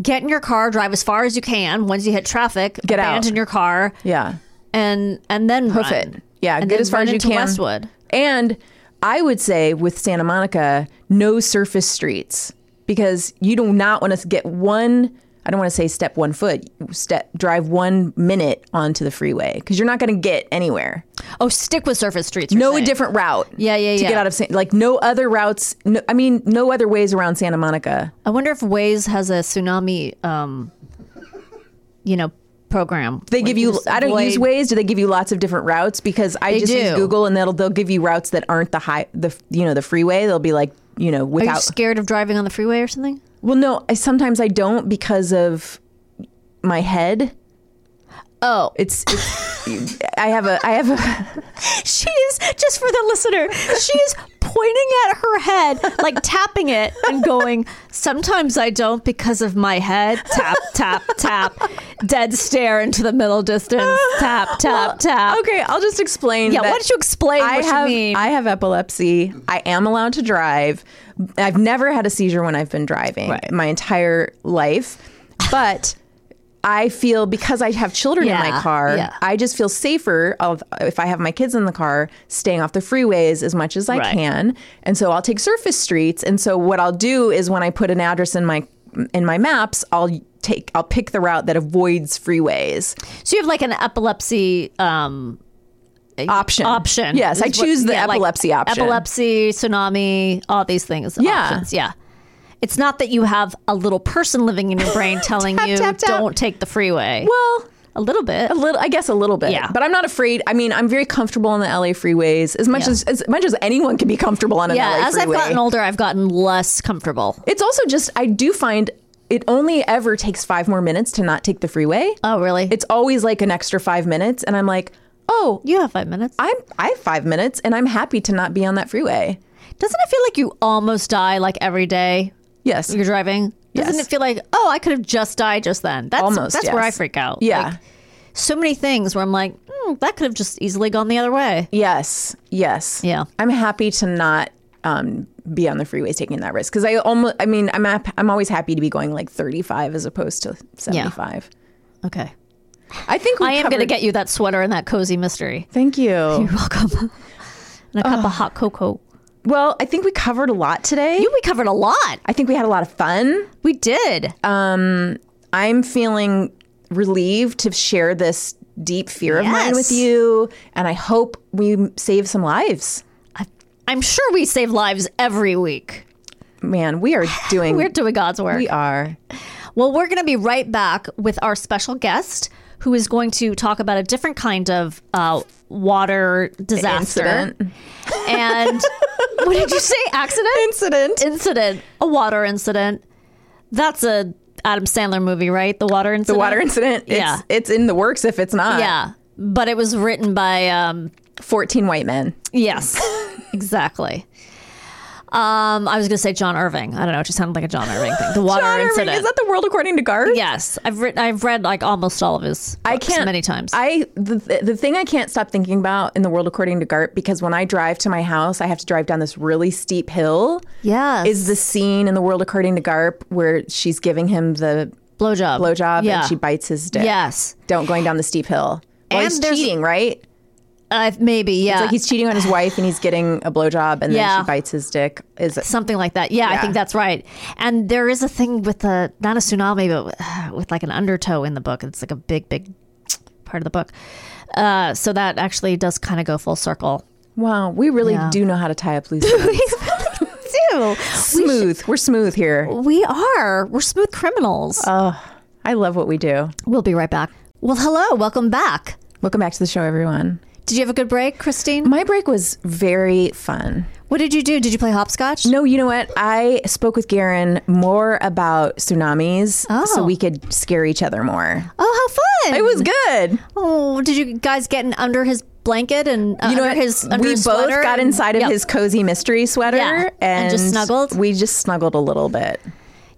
Speaker 4: get in your car, drive as far as you can. Once you hit traffic,
Speaker 3: Get out.
Speaker 4: abandon your car
Speaker 3: Yeah,
Speaker 4: and and then
Speaker 3: hoof
Speaker 4: run.
Speaker 3: it. Yeah,
Speaker 4: and
Speaker 3: get
Speaker 4: then
Speaker 3: as far
Speaker 4: run
Speaker 3: as you
Speaker 4: into
Speaker 3: can.
Speaker 4: Westwood.
Speaker 3: And I would say with Santa Monica, no surface streets because you do not want to get one I don't want to say step one foot, step drive one minute onto the freeway because you're not going to get anywhere.
Speaker 4: Oh, stick with surface streets. you're
Speaker 3: No
Speaker 4: saying.
Speaker 3: different route.
Speaker 4: Yeah, yeah,
Speaker 3: to
Speaker 4: yeah.
Speaker 3: get out of San, like no other routes. No, I mean, no other ways around Santa Monica.
Speaker 4: I wonder if Waze has a tsunami, um, you know, program.
Speaker 3: They give you. I don't use
Speaker 4: Waze.
Speaker 3: ways. Do they give you lots of different routes? Because I
Speaker 4: They
Speaker 3: just use
Speaker 4: do.
Speaker 3: Google, and they'll they'll give you routes that aren't the high the you know the freeway. They'll be like you know
Speaker 4: Are you
Speaker 3: without.
Speaker 4: scared of driving on the freeway or something?
Speaker 3: well, no. I sometimes I don't because of my head.
Speaker 4: Oh,
Speaker 3: It's. it's I have a. I have a.
Speaker 4: she is just for the listener. She is pointing at her head, like tapping it and going. Sometimes I don't because of my head. Tap tap tap. Dead stare into the middle distance. Tap tap tap.
Speaker 3: Okay, I'll just explain.
Speaker 4: Yeah,
Speaker 3: that
Speaker 4: why don't you explain
Speaker 3: I
Speaker 4: what you
Speaker 3: have,
Speaker 4: mean?
Speaker 3: I have epilepsy. I am allowed to drive. I've never had a seizure when I've been driving
Speaker 4: Right.
Speaker 3: my entire life, but. I feel because I have children in
Speaker 4: Yeah,
Speaker 3: my car,
Speaker 4: yeah.
Speaker 3: I just feel safer of, if I have my kids in the car staying off the freeways as much as I
Speaker 4: Right.
Speaker 3: can. And so I'll take surface streets. And so what I'll do is when I put an address in my in my maps, I'll take I'll pick the route that avoids freeways.
Speaker 4: So you have like an epilepsy um,
Speaker 3: Option.
Speaker 4: option.
Speaker 3: Yes, I
Speaker 4: is what-
Speaker 3: choose the
Speaker 4: yeah, like
Speaker 3: epilepsy option.
Speaker 4: Epilepsy, tsunami, all these things.
Speaker 3: Yeah.
Speaker 4: Options. Yeah. It's not that you have a little person living in your brain telling
Speaker 3: Tap,
Speaker 4: you
Speaker 3: tap, tap.
Speaker 4: don't take the freeway.
Speaker 3: Well,
Speaker 4: a little bit.
Speaker 3: A little, I guess, a little bit.
Speaker 4: Yeah.
Speaker 3: But I'm not afraid. I mean, I'm very comfortable on the LA freeways as much
Speaker 4: Yeah.
Speaker 3: as as much as anyone can be comfortable on an
Speaker 4: yeah,
Speaker 3: LA
Speaker 4: as
Speaker 3: freeway.
Speaker 4: I've gotten older, I've gotten less comfortable.
Speaker 3: it's also just I do find it only ever takes five more minutes to not take the freeway.
Speaker 4: Oh, really?
Speaker 3: It's always like an extra five minutes, and I'm like, oh,
Speaker 4: you have five minutes.
Speaker 3: I'm I have five minutes, and I'm happy to not be on that freeway.
Speaker 4: Doesn't it feel like you almost die like every day
Speaker 3: Yes.
Speaker 4: you're driving? Doesn't
Speaker 3: Yes.
Speaker 4: it feel like oh, I could have just died just then? That's
Speaker 3: Almost,
Speaker 4: that's where I
Speaker 3: yes.
Speaker 4: freak out.
Speaker 3: yeah.
Speaker 4: Like, so many things where I'm like, hmm, that could have just easily gone the other way.
Speaker 3: Yes. Yes.
Speaker 4: Yeah.
Speaker 3: I'm happy to not um, be on the freeways taking that risk because I almost. I mean, I'm ap- I'm always happy to be going like 35 as opposed to 75.
Speaker 4: Okay.
Speaker 3: I think we
Speaker 4: I am
Speaker 3: covered-
Speaker 4: going to get you that sweater and that cozy mystery.
Speaker 3: Thank you.
Speaker 4: Welcome. and a cup of hot cocoa.
Speaker 3: Well, I think we covered a lot today.
Speaker 4: You, we covered a lot. Um,
Speaker 3: I think we had a lot of fun.
Speaker 4: We did.
Speaker 3: I'm feeling relieved to share this deep fear of mine
Speaker 4: Yes.
Speaker 3: with you, and I hope we save some lives.
Speaker 4: I, I'm sure we save lives every week.
Speaker 3: Man, we are doing.
Speaker 4: We're doing God's work.
Speaker 3: we are.
Speaker 4: Well, we're going to be right back with our special guest who is going to talk about a different kind of uh, water disaster.
Speaker 3: Incident.
Speaker 4: And what did you say? Accident?
Speaker 3: Incident.
Speaker 4: Incident. A water incident. That's a Adam Sandler movie, right? The water incident.
Speaker 3: The water incident. It's,
Speaker 4: Yeah.
Speaker 3: It's in the works if it's not.
Speaker 4: Yeah. But it was written by um,
Speaker 3: 14 white men.
Speaker 4: Yes, exactly. Um, I was going to say John Irving. I don't know. It just sounded like a John Irving thing. The water
Speaker 3: John Irving,
Speaker 4: incident.
Speaker 3: is that the world according to Garth?
Speaker 4: yes, I've written. I've read like almost all of his.
Speaker 3: I
Speaker 4: books
Speaker 3: can't
Speaker 4: many times.
Speaker 3: I the, the thing I can't stop thinking about in the world according to Gart because when I drive to my house, I have to drive down this really steep hill.
Speaker 4: Yes.
Speaker 3: is the scene in the world according to Garp where she's giving him the
Speaker 4: blowjob.
Speaker 3: blowjob
Speaker 4: Yeah.
Speaker 3: and she bites his dick.
Speaker 4: Yes.
Speaker 3: don't going down the steep hill. Well,
Speaker 4: And
Speaker 3: he's
Speaker 4: there's-
Speaker 3: cheating, right?
Speaker 4: Uh, maybe. Yeah.
Speaker 3: It's like he's cheating on his wife and he's getting a blowjob and
Speaker 4: Yeah.
Speaker 3: then she bites his dick. Is it?
Speaker 4: Something like that. Yeah, I think that's right. And there is a thing with a not a tsunami, but with, with like an undertow in the book. It's like a big, big part of the book. Uh, so that actually does kind of go full circle.
Speaker 3: Wow, we really
Speaker 4: Yeah.
Speaker 3: do know how to tie up loose ends.
Speaker 4: Do
Speaker 3: smooth. We're smooth here.
Speaker 4: We are. We're smooth criminals.
Speaker 3: I love what we do.
Speaker 4: Uh, we'll be right back. Well, hello. Welcome back.
Speaker 3: Welcome back to the show, everyone.
Speaker 4: Did you have a good break, Christine?
Speaker 3: My break was very fun.
Speaker 4: What did you do? Did you play hopscotch?
Speaker 3: No, you know what? I spoke with Garen more about tsunamis so
Speaker 4: Oh.
Speaker 3: we could scare each other more.
Speaker 4: Oh, how fun!
Speaker 3: It was good.
Speaker 4: Oh, did you guys get in under his blanket and uh,
Speaker 3: You know
Speaker 4: under
Speaker 3: what?
Speaker 4: his? Under
Speaker 3: we
Speaker 4: his
Speaker 3: both
Speaker 4: sweater
Speaker 3: got
Speaker 4: and-
Speaker 3: inside of
Speaker 4: Yep.
Speaker 3: his cozy mystery sweater
Speaker 4: Yeah,
Speaker 3: and,
Speaker 4: and just snuggled?
Speaker 3: We just snuggled a little bit.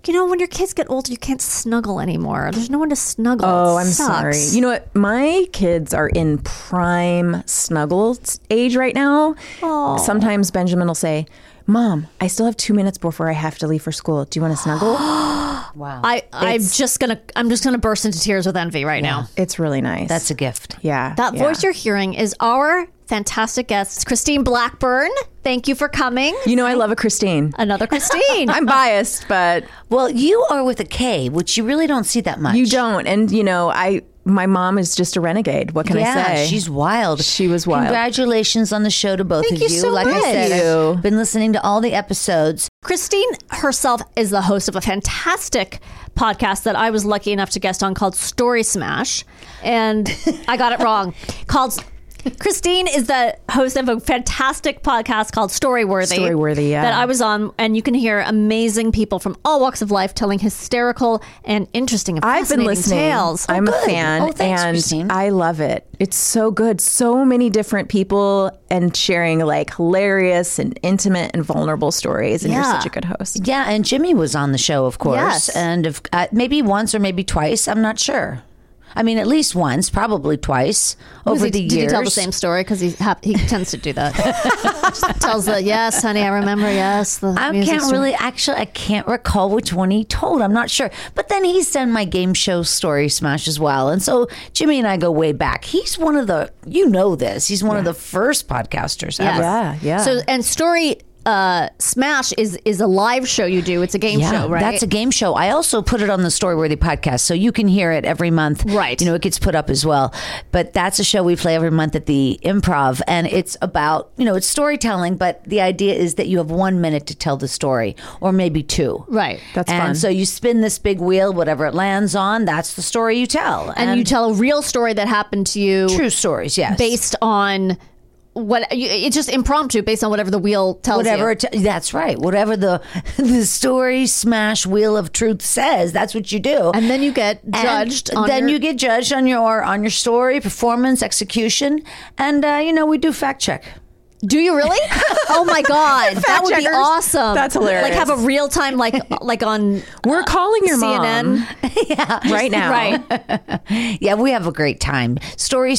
Speaker 4: You know, when your kids get older, you can't snuggle anymore. There's no one to snuggle.
Speaker 3: Oh,
Speaker 4: It
Speaker 3: I'm
Speaker 4: sucks.
Speaker 3: sorry. You know what? My kids are in prime snuggle age right now. Sometimes Benjamin will say, Mom, I still have two minutes before I have to leave for school. Do you want to snuggle?
Speaker 7: Wow.
Speaker 4: I I'm just gonna I'm just gonna burst into tears with envy right now.
Speaker 3: It's really nice.
Speaker 7: That's a gift.
Speaker 3: yeah.
Speaker 4: That
Speaker 3: yeah.
Speaker 4: voice you're hearing is our fantastic guest, Christine Blackburn. Thank you for coming.
Speaker 3: You know, I love a Christine.
Speaker 4: Another Christine.
Speaker 3: I'm biased, but
Speaker 7: Well, you are with a K, which you really don't see that much.
Speaker 3: you don't. And you know, I my mom is just a renegade. What can
Speaker 7: yeah,
Speaker 3: I say?
Speaker 7: she's wild.
Speaker 3: She was wild.
Speaker 7: Congratulations on the show to both
Speaker 4: Thank
Speaker 7: of
Speaker 4: you
Speaker 7: you.
Speaker 4: so
Speaker 7: like
Speaker 4: much.
Speaker 7: I said,
Speaker 4: Thank
Speaker 7: I've been listening to all the episodes.
Speaker 4: Christine herself is the host of a fantastic podcast that I was lucky enough to guest on called Story Smash. And I got it wrong. Called Christine is the host of a fantastic podcast called Storyworthy.
Speaker 3: Storyworthy, yeah.
Speaker 4: That I was on, and you can hear amazing people from all walks of life telling hysterical and interesting and
Speaker 3: I've been
Speaker 4: fascinating
Speaker 3: listening.
Speaker 4: tales.
Speaker 3: I'm
Speaker 7: good.
Speaker 3: a fan,
Speaker 7: Oh, thanks,
Speaker 3: and
Speaker 7: Christine.
Speaker 3: I love it. It's so good. So many different people and sharing like hilarious and intimate and vulnerable stories. And you're
Speaker 4: Yeah.
Speaker 3: such a good host.
Speaker 7: Yeah, and Jimmy was on the show, of course,
Speaker 4: Yes.
Speaker 7: and if, uh, maybe once or maybe twice. I'm not sure. I mean, at least once, probably twice
Speaker 4: Was
Speaker 7: over
Speaker 4: he-
Speaker 7: the years.
Speaker 4: Did he tell the same story? Because he hap- he tends to do that. Just tells the yes, honey, I remember. Yes, the
Speaker 7: I
Speaker 4: music
Speaker 7: can't
Speaker 4: store."
Speaker 7: really actually. I can't recall which one he told. I'm not sure. But then he's done my game show story smash as well, and so Jimmy and I go way back. He's one of the you know this. He's one of the first podcasters ever.
Speaker 3: Yeah, yeah.
Speaker 4: So and story uh, smash is is a live show you do. It's a game show, right?
Speaker 7: That's a game show. I also put it on the Storyworthy podcast, so you can hear it every month.
Speaker 4: Right.
Speaker 7: You know, it gets put up as well. But that's a show we play every month at the improv, and it's about, you know, it's storytelling, but the idea is that you have one minute to tell the story, or maybe two.
Speaker 4: Right.
Speaker 3: That's
Speaker 7: and
Speaker 3: fun.
Speaker 7: so you spin this big wheel, whatever it lands on, that's the story you tell.
Speaker 4: and, you tell a real story that happened to you
Speaker 7: true stories, yes.
Speaker 4: based on what you- it's just impromptu based on whatever the wheel tells
Speaker 7: Whatever
Speaker 4: you.
Speaker 7: it, that's right. Whatever the the story smash wheel of truth says, that's what you do.
Speaker 4: and then you get
Speaker 7: And
Speaker 4: judged. on
Speaker 7: then
Speaker 4: your-
Speaker 7: you get judged on your on your story, performance, execution, and uh, you know we do fact check.
Speaker 4: Do you really? oh my god, that would be
Speaker 3: checkers.
Speaker 4: awesome.
Speaker 3: That's hilarious.
Speaker 4: Like have a real time, like like on
Speaker 7: uh,
Speaker 3: We're calling your
Speaker 4: CNN.
Speaker 3: mom right now.
Speaker 4: Right.
Speaker 7: Yeah, we have a great time.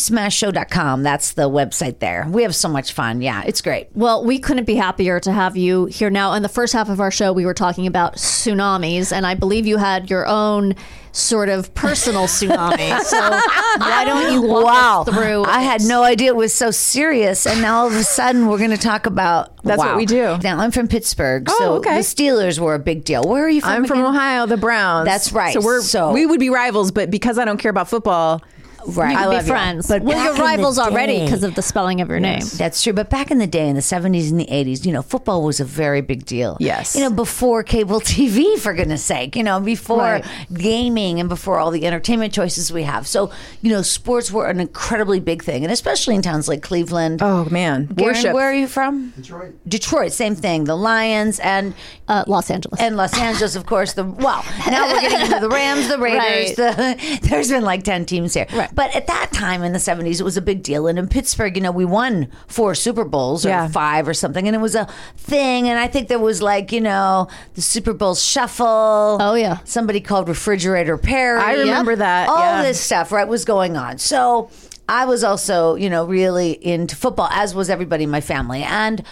Speaker 7: Storysmashshow.com. That's the website there. We have so much fun. Yeah, it's great.
Speaker 4: Well, we couldn't be happier to have you here now. In the first half of our show, we were talking about tsunamis, and I believe you had your own sort of personal tsunami. So why don't you walk
Speaker 7: Wow.
Speaker 4: us through?
Speaker 7: I had no idea it was so serious. And now all of a sudden we're going to talk about.
Speaker 3: That's what
Speaker 7: wow.
Speaker 3: we do. Oh,
Speaker 7: Now I'm from Pittsburgh. so
Speaker 3: okay.
Speaker 7: the Steelers were a big deal. Where are you from?
Speaker 3: I'm from
Speaker 7: again?
Speaker 3: Ohio, the Browns.
Speaker 7: That's right.
Speaker 3: So we're
Speaker 7: So-
Speaker 3: we would be rivals, but because I don't care about football,
Speaker 7: Right.
Speaker 4: You
Speaker 7: I
Speaker 4: can
Speaker 7: love
Speaker 4: be
Speaker 7: you.
Speaker 4: friends.
Speaker 7: But
Speaker 4: well,
Speaker 7: back
Speaker 4: you're
Speaker 7: in the
Speaker 4: rivals already
Speaker 7: day-
Speaker 4: because of the spelling of your name.
Speaker 7: That's true. But back in the day, in the 70s and the 80s, you know, football was a very big deal.
Speaker 3: Yes.
Speaker 7: You know, before cable TV, for goodness sake, you know, before
Speaker 3: Right.
Speaker 7: gaming and before all the entertainment choices we have. So, you know, sports were an incredibly big thing. And especially in towns like Cleveland.
Speaker 3: oh man,
Speaker 7: Garen,
Speaker 3: worship.
Speaker 7: where are you from? Detroit. Detroit, same thing. The Lions and
Speaker 4: Uh, Los Angeles.
Speaker 7: and Los Angeles, of course. The well, now we're getting into the Rams, the Raiders.
Speaker 4: Right.
Speaker 7: The, there's been like ten teams here,
Speaker 4: Right.
Speaker 7: but at that time in the '70s, it was a big deal. And in Pittsburgh, you know, we won four Super Bowls or
Speaker 3: Yeah.
Speaker 7: five or something, and it was a thing. And I think there was like you know the Super Bowl shuffle.
Speaker 4: Oh, yeah.
Speaker 7: somebody called Refrigerator Perry.
Speaker 3: I remember Yep. that,
Speaker 7: All
Speaker 3: yeah.
Speaker 7: this stuff, right, was going on. So. I was also, you know, really into football, as was everybody in my family. And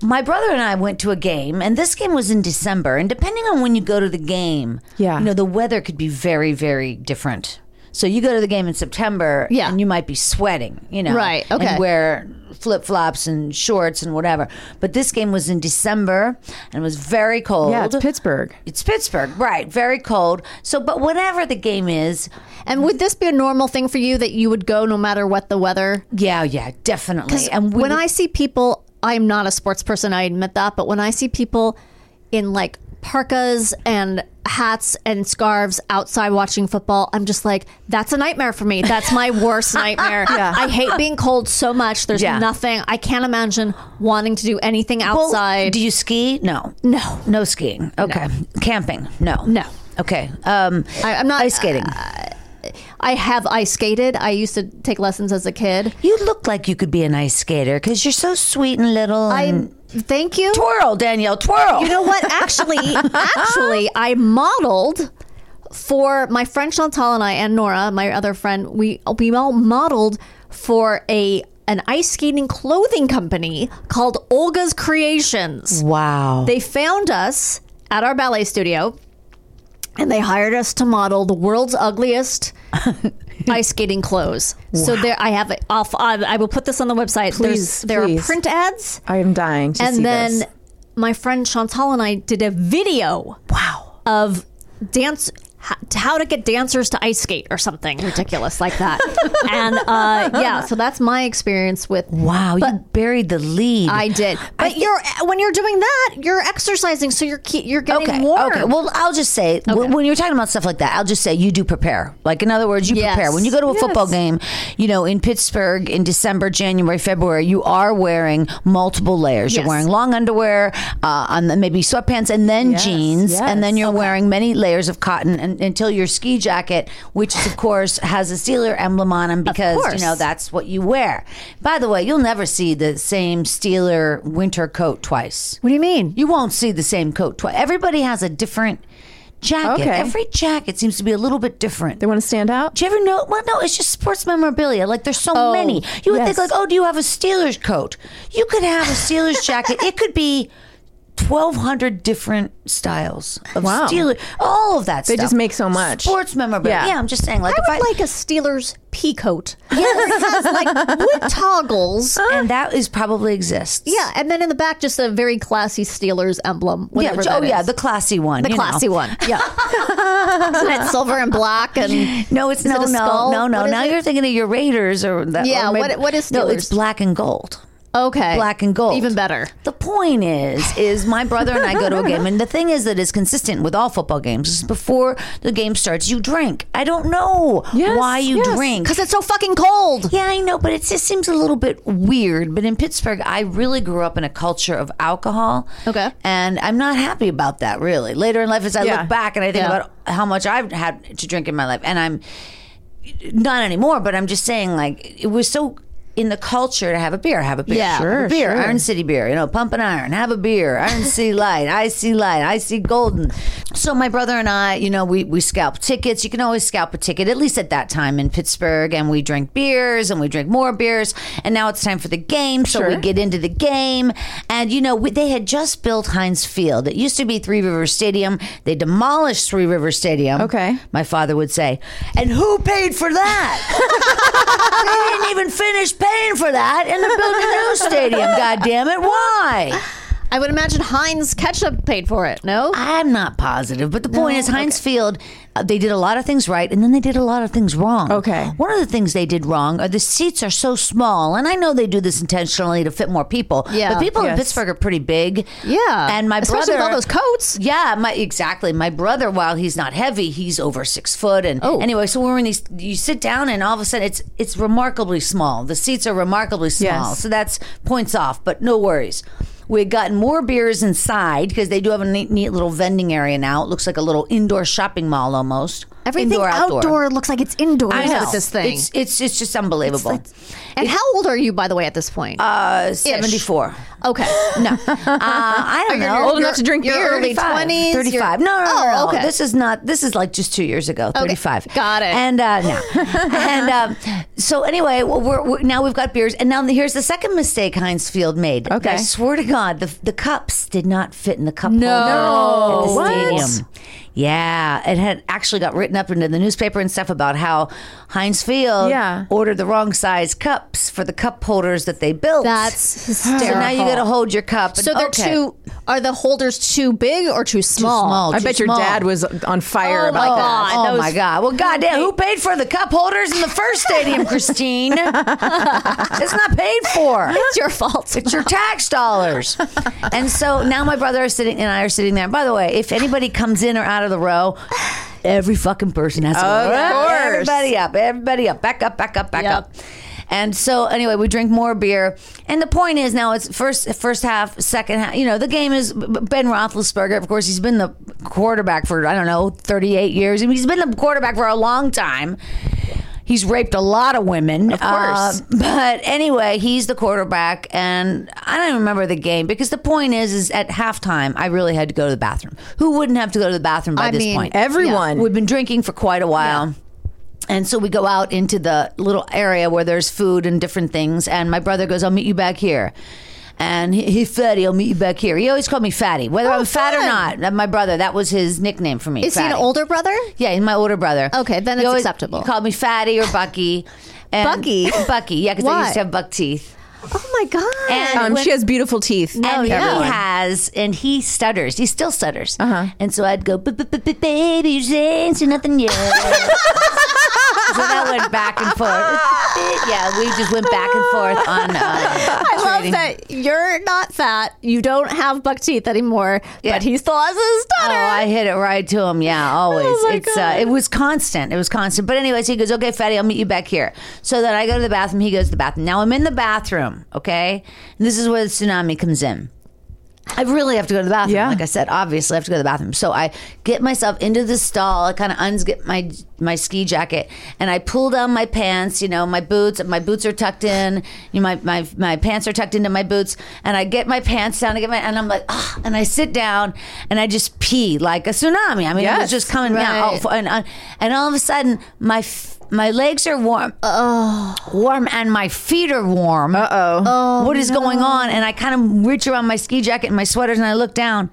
Speaker 7: my brother and I went to a game, and this game was in December. And depending on when you go to the game,
Speaker 3: Yeah.
Speaker 7: you know, the weather could be very, very different. So you go to the game in September,
Speaker 4: Yeah.
Speaker 7: and you might be sweating, you know,
Speaker 4: Right, okay.
Speaker 7: and wear flip flops and shorts and whatever. But this game was in December, and it was very cold.
Speaker 3: yeah, it's Pittsburgh.
Speaker 7: It's Pittsburgh, right? Very cold. So, but whatever the game is,
Speaker 4: And would this be a normal thing for you that you would go no matter what the weather?
Speaker 7: yeah, Oh, yeah, definitely. And we
Speaker 4: when
Speaker 7: would-
Speaker 4: I see people, I'm not a sports person, I admit that, but when I see people in like parkas and hats and scarves outside watching football, I'm just like, that's a nightmare for me. That's my worst nightmare. I hate being cold so much. There's
Speaker 7: Yeah.
Speaker 4: nothing. I can't imagine wanting to do anything
Speaker 7: Well,
Speaker 4: outside.
Speaker 7: do you ski? No,
Speaker 4: no,
Speaker 7: No skiing. Okay. Camping. No.
Speaker 4: No.
Speaker 7: Okay. Um,
Speaker 4: I, I'm not.
Speaker 7: ice skating.
Speaker 4: I have ice skated. I used to take lessons as a kid.
Speaker 7: you look like you could be an ice skater because you're so sweet and little.
Speaker 4: I
Speaker 7: And
Speaker 4: thank you.
Speaker 7: twirl, Danielle. Twirl.
Speaker 4: You know what? Actually, actually, I modeled for my friend Chantal and I and Nora, my other friend. We we all modeled for a an ice skating clothing company called Olga's Creations.
Speaker 7: wow.
Speaker 4: They found us at our ballet studio and they hired us to model the world's ugliest ice skating clothes. So there, I have. it off. I I will put this on the website.
Speaker 3: Please,
Speaker 4: There's, there
Speaker 3: please.
Speaker 4: are print ads,
Speaker 3: I am dying to see
Speaker 4: and then
Speaker 3: this.
Speaker 4: my friend Chantal and I did a video. Wow. Of dance. h- How to get dancers to ice skate or something ridiculous like that, and uh, yeah, so that's my experience with
Speaker 7: Wow, you buried the lead.
Speaker 4: I did. But you're uh, when you're doing that, you're exercising, so you're ke- you're getting
Speaker 7: Okay.
Speaker 4: warm.
Speaker 7: Okay. Well, I'll just say wh- when you're talking about stuff like that, I'll just say you do prepare. Like in other words, you
Speaker 4: Yes.
Speaker 7: prepare. When you go to a football game, you know, in Pittsburgh in December, January, February, you are wearing multiple layers. You're
Speaker 4: Yes.
Speaker 7: wearing long underwear, uh, on the, maybe sweatpants, and then jeans, and then you're wearing many layers of cotton and, until your ski jacket, which is, of course has a Steeler emblem on them because you
Speaker 4: course.
Speaker 7: know that's what you wear. By the way, you'll never see the same Steeler winter coat twice.
Speaker 4: what do you mean?
Speaker 7: You won't see the same coat twice. Everybody has a different jacket.
Speaker 3: Okay.
Speaker 7: Every jacket seems to be a little bit different.
Speaker 3: they want to stand out.
Speaker 7: do you ever know? Well, no, it's just sports memorabilia. Like there's so many. You would think
Speaker 3: yes.
Speaker 7: like, oh, do you have a Steelers coat? You could have a Steelers jacket. It could be twelve hundred different styles of
Speaker 3: Wow.
Speaker 7: Steelers. All of that.
Speaker 3: They just make so much.
Speaker 7: oh, sports memorabilia. Yeah,
Speaker 3: Yeah.
Speaker 7: I'm just saying. Like if
Speaker 4: I
Speaker 7: I
Speaker 4: would like a Steelers pea coat. Yes, like wood toggles.
Speaker 7: and that is probably exists.
Speaker 4: Yeah, and then in the back, just a very classy Steelers emblem.
Speaker 7: Yeah.
Speaker 4: Whatever
Speaker 7: Oh,
Speaker 4: that
Speaker 7: yeah.
Speaker 4: is.
Speaker 7: The classy one.
Speaker 4: The
Speaker 7: you know.
Speaker 4: classy one.
Speaker 7: Yeah.
Speaker 4: Isn't it silver and black? And
Speaker 7: No, it's
Speaker 4: Is it
Speaker 7: no,
Speaker 4: a
Speaker 7: no,
Speaker 4: skull?
Speaker 7: no, no.
Speaker 4: What is
Speaker 7: Now
Speaker 4: it?
Speaker 7: you're thinking of your Raiders or that.
Speaker 4: Yeah,
Speaker 7: or
Speaker 4: what- what is
Speaker 7: no? It's
Speaker 4: Steelers?
Speaker 7: black and gold.
Speaker 4: okay,
Speaker 7: Black and gold.
Speaker 4: even better.
Speaker 7: The point is, is my brother and I go to a game, and the thing is that is consistent with all football games. Is before the game starts, you drink. I don't know
Speaker 3: Yes,
Speaker 7: why you
Speaker 3: yes.
Speaker 7: drink.
Speaker 4: Because it's so fucking cold.
Speaker 7: Yeah, I know, but it just seems a little bit weird. But in Pittsburgh, I really grew up in a culture of alcohol.
Speaker 4: Okay.
Speaker 7: And I'm not happy about that, really. Later in life, as I
Speaker 3: Yeah.
Speaker 7: look back and I think
Speaker 4: Yeah.
Speaker 7: about how much I've had to drink in my life, and I'm not anymore, but I'm just saying, like, it was so. In the culture to have a beer, have a beer,
Speaker 4: Yeah.
Speaker 7: have
Speaker 3: Sure,
Speaker 7: a beer,
Speaker 3: sure.
Speaker 7: Iron City beer, you know, pump and iron, have a beer, Iron City light, I see light, I see golden. So my brother and I, you know, we we scalp tickets. You can always scalp a ticket, at least at that time in Pittsburgh, and we drink beers and we drink more beers. And now it's time for the game, so we get into the game, and you know, we, they had just built Heinz Field. It used to be Three River Stadium. They demolished Three River Stadium.
Speaker 3: Okay.
Speaker 7: my father would say, and who paid for that? they didn't even finish paying for that, and they're building a new stadium. God damn it! Why?
Speaker 4: I would imagine Heinz ketchup paid for it. No,
Speaker 7: I'm not positive, but the point is, Heinz Field, uh, they did a lot of things right, and then they did a lot of things wrong.
Speaker 3: Okay.
Speaker 7: One of the things they did wrong are the seats are so small, and I know they do this intentionally to fit more people.
Speaker 4: Yeah.
Speaker 7: But people in
Speaker 3: Yes.
Speaker 7: Pittsburgh are pretty big.
Speaker 4: yeah,
Speaker 7: And my
Speaker 4: especially
Speaker 7: brother
Speaker 4: with all those coats.
Speaker 7: yeah, my exactly. My brother, while he's not heavy, he's over six foot. And
Speaker 4: Oh.
Speaker 7: anyway, so we're in these. You sit down, and all of a sudden, it's it's remarkably small. The seats are remarkably small.
Speaker 3: Yes.
Speaker 7: So that's points off, but no worries. We had gotten more beers inside because they do have a neat, neat little vending area now. It looks like a little indoor shopping mall almost.
Speaker 4: Everything
Speaker 7: Indoor,
Speaker 4: outdoor. looks like it's indoor.
Speaker 7: I know.
Speaker 4: with this thing.
Speaker 7: It's it's, it's just unbelievable.
Speaker 4: and how old are you, by the way, at this point?
Speaker 7: uh, Seventy four.
Speaker 4: okay, no.
Speaker 7: Uh, I don't know.
Speaker 3: old enough to drink
Speaker 4: your
Speaker 3: beer.
Speaker 4: early 20s.
Speaker 7: 35. No,
Speaker 4: you're-
Speaker 7: no, no,
Speaker 4: oh,
Speaker 7: no.
Speaker 4: okay.
Speaker 7: This is not, this is like just two years ago, 35.
Speaker 4: Got it.
Speaker 7: And uh, no. and um, so anyway, well, we're, we're, now we've got beers. And now the- here's the second mistake Heinz Field made.
Speaker 3: Okay.
Speaker 7: I swear to God, the, the cups did not fit in the cup
Speaker 4: No.
Speaker 7: holder at the
Speaker 4: What?
Speaker 7: stadium. Yeah, it had actually got written up into the newspaper and stuff about how Heinz Field
Speaker 3: Yeah.
Speaker 7: ordered the wrong size cups for the cup holders that they built.
Speaker 4: That's
Speaker 7: so
Speaker 4: hysterical.
Speaker 7: now you got to hold your cup. and-
Speaker 4: So they're
Speaker 7: okay.
Speaker 4: too. Are the holders too big or too small?
Speaker 7: small.
Speaker 3: I bet your
Speaker 7: small.
Speaker 3: dad was on fire about
Speaker 4: my
Speaker 3: that.
Speaker 4: God.
Speaker 7: Oh
Speaker 4: those-
Speaker 7: my God! Well, goddamn, who paid for the cup holders in the first stadium, Christine? it's not paid for.
Speaker 4: It's your fault.
Speaker 7: It's your tax dollars. And so now my brother is sitting and I are sitting there. And by the way, if anybody comes in or out of the row, every fucking person has to
Speaker 3: Of
Speaker 7: go,
Speaker 3: course.
Speaker 7: everybody up, everybody up, back up, back up, back
Speaker 4: Yep.
Speaker 7: up. And so anyway, we drink more beer. And the point is now it's first first half, second half. You know, the game is Ben Roethlisberger. Of course, he's been the quarterback for I don't know thirty eight years. I mean, he's been the quarterback for a long time. He's raped a lot of women. Of
Speaker 3: course.
Speaker 7: but anyway, he's the quarterback, and I don't even remember the game because the point is, is at halftime, I really had to go to the bathroom. Who wouldn't have to go to the bathroom by
Speaker 4: I
Speaker 7: this
Speaker 4: mean,
Speaker 7: point?
Speaker 3: Everyone.
Speaker 7: We've been drinking for quite a while. And so we go out into the little area where there's food and different things. And my brother goes, I'll meet you back here. And he, he fatty, I'll meet you back here. He always called me fatty, whether I'm fat or not. That- My brother, that was his nickname for me.
Speaker 5: Is he an
Speaker 7: Fatty.
Speaker 5: older brother?
Speaker 7: Yeah, he's my older brother.
Speaker 5: Okay, then
Speaker 7: He
Speaker 5: it's
Speaker 7: always
Speaker 5: acceptable.
Speaker 7: He called me fatty or Bucky. And
Speaker 5: Bucky?
Speaker 7: Bucky, yeah, because I
Speaker 5: Why?
Speaker 7: used to have buck teeth.
Speaker 4: Oh my god.
Speaker 7: And
Speaker 3: Um,
Speaker 7: when-
Speaker 3: she has beautiful teeth.
Speaker 7: and
Speaker 4: Oh, yeah. Uh-huh.
Speaker 7: he has, and he stutters. He still stutters. And so I'd go, baby, you ain't seen nothing yet. so that went back and forth. Yeah, we just went back and forth on. Uh,
Speaker 4: I love
Speaker 7: trading.
Speaker 4: that you're not fat. You don't have buck teeth anymore,
Speaker 7: Yeah.
Speaker 4: but he still has his
Speaker 7: Oh,
Speaker 4: stutter.
Speaker 7: I hit it right to him. Yeah, always.
Speaker 4: Oh, my
Speaker 7: it's
Speaker 4: God.
Speaker 7: Uh, it was constant. It was constant. But anyways, he goes, "Okay, fatty, I'll meet you back here." So then I go to the bathroom. He goes to the bathroom. Now I'm in the bathroom. Okay, and this is where the tsunami comes in. I really have to go to the bathroom.
Speaker 3: Yeah.
Speaker 7: Like I said, obviously I have to go to the bathroom. So I get myself into the stall. I kind of unzip my my ski jacket and I pull down my pants. You know, my boots. My boots are tucked in. You know, my my my pants are tucked into my boots. And I get my pants down. I get my and I'm like, ah. And I sit down and I just pee like a tsunami. I mean, it was
Speaker 3: Yes.
Speaker 7: just coming down. Oh, and, and and all of a sudden, my f- my legs are warm. Oh, warm, and my feet are warm. Uh oh what is going on? And I kind of reach around my ski jacket and my sweaters and I look down.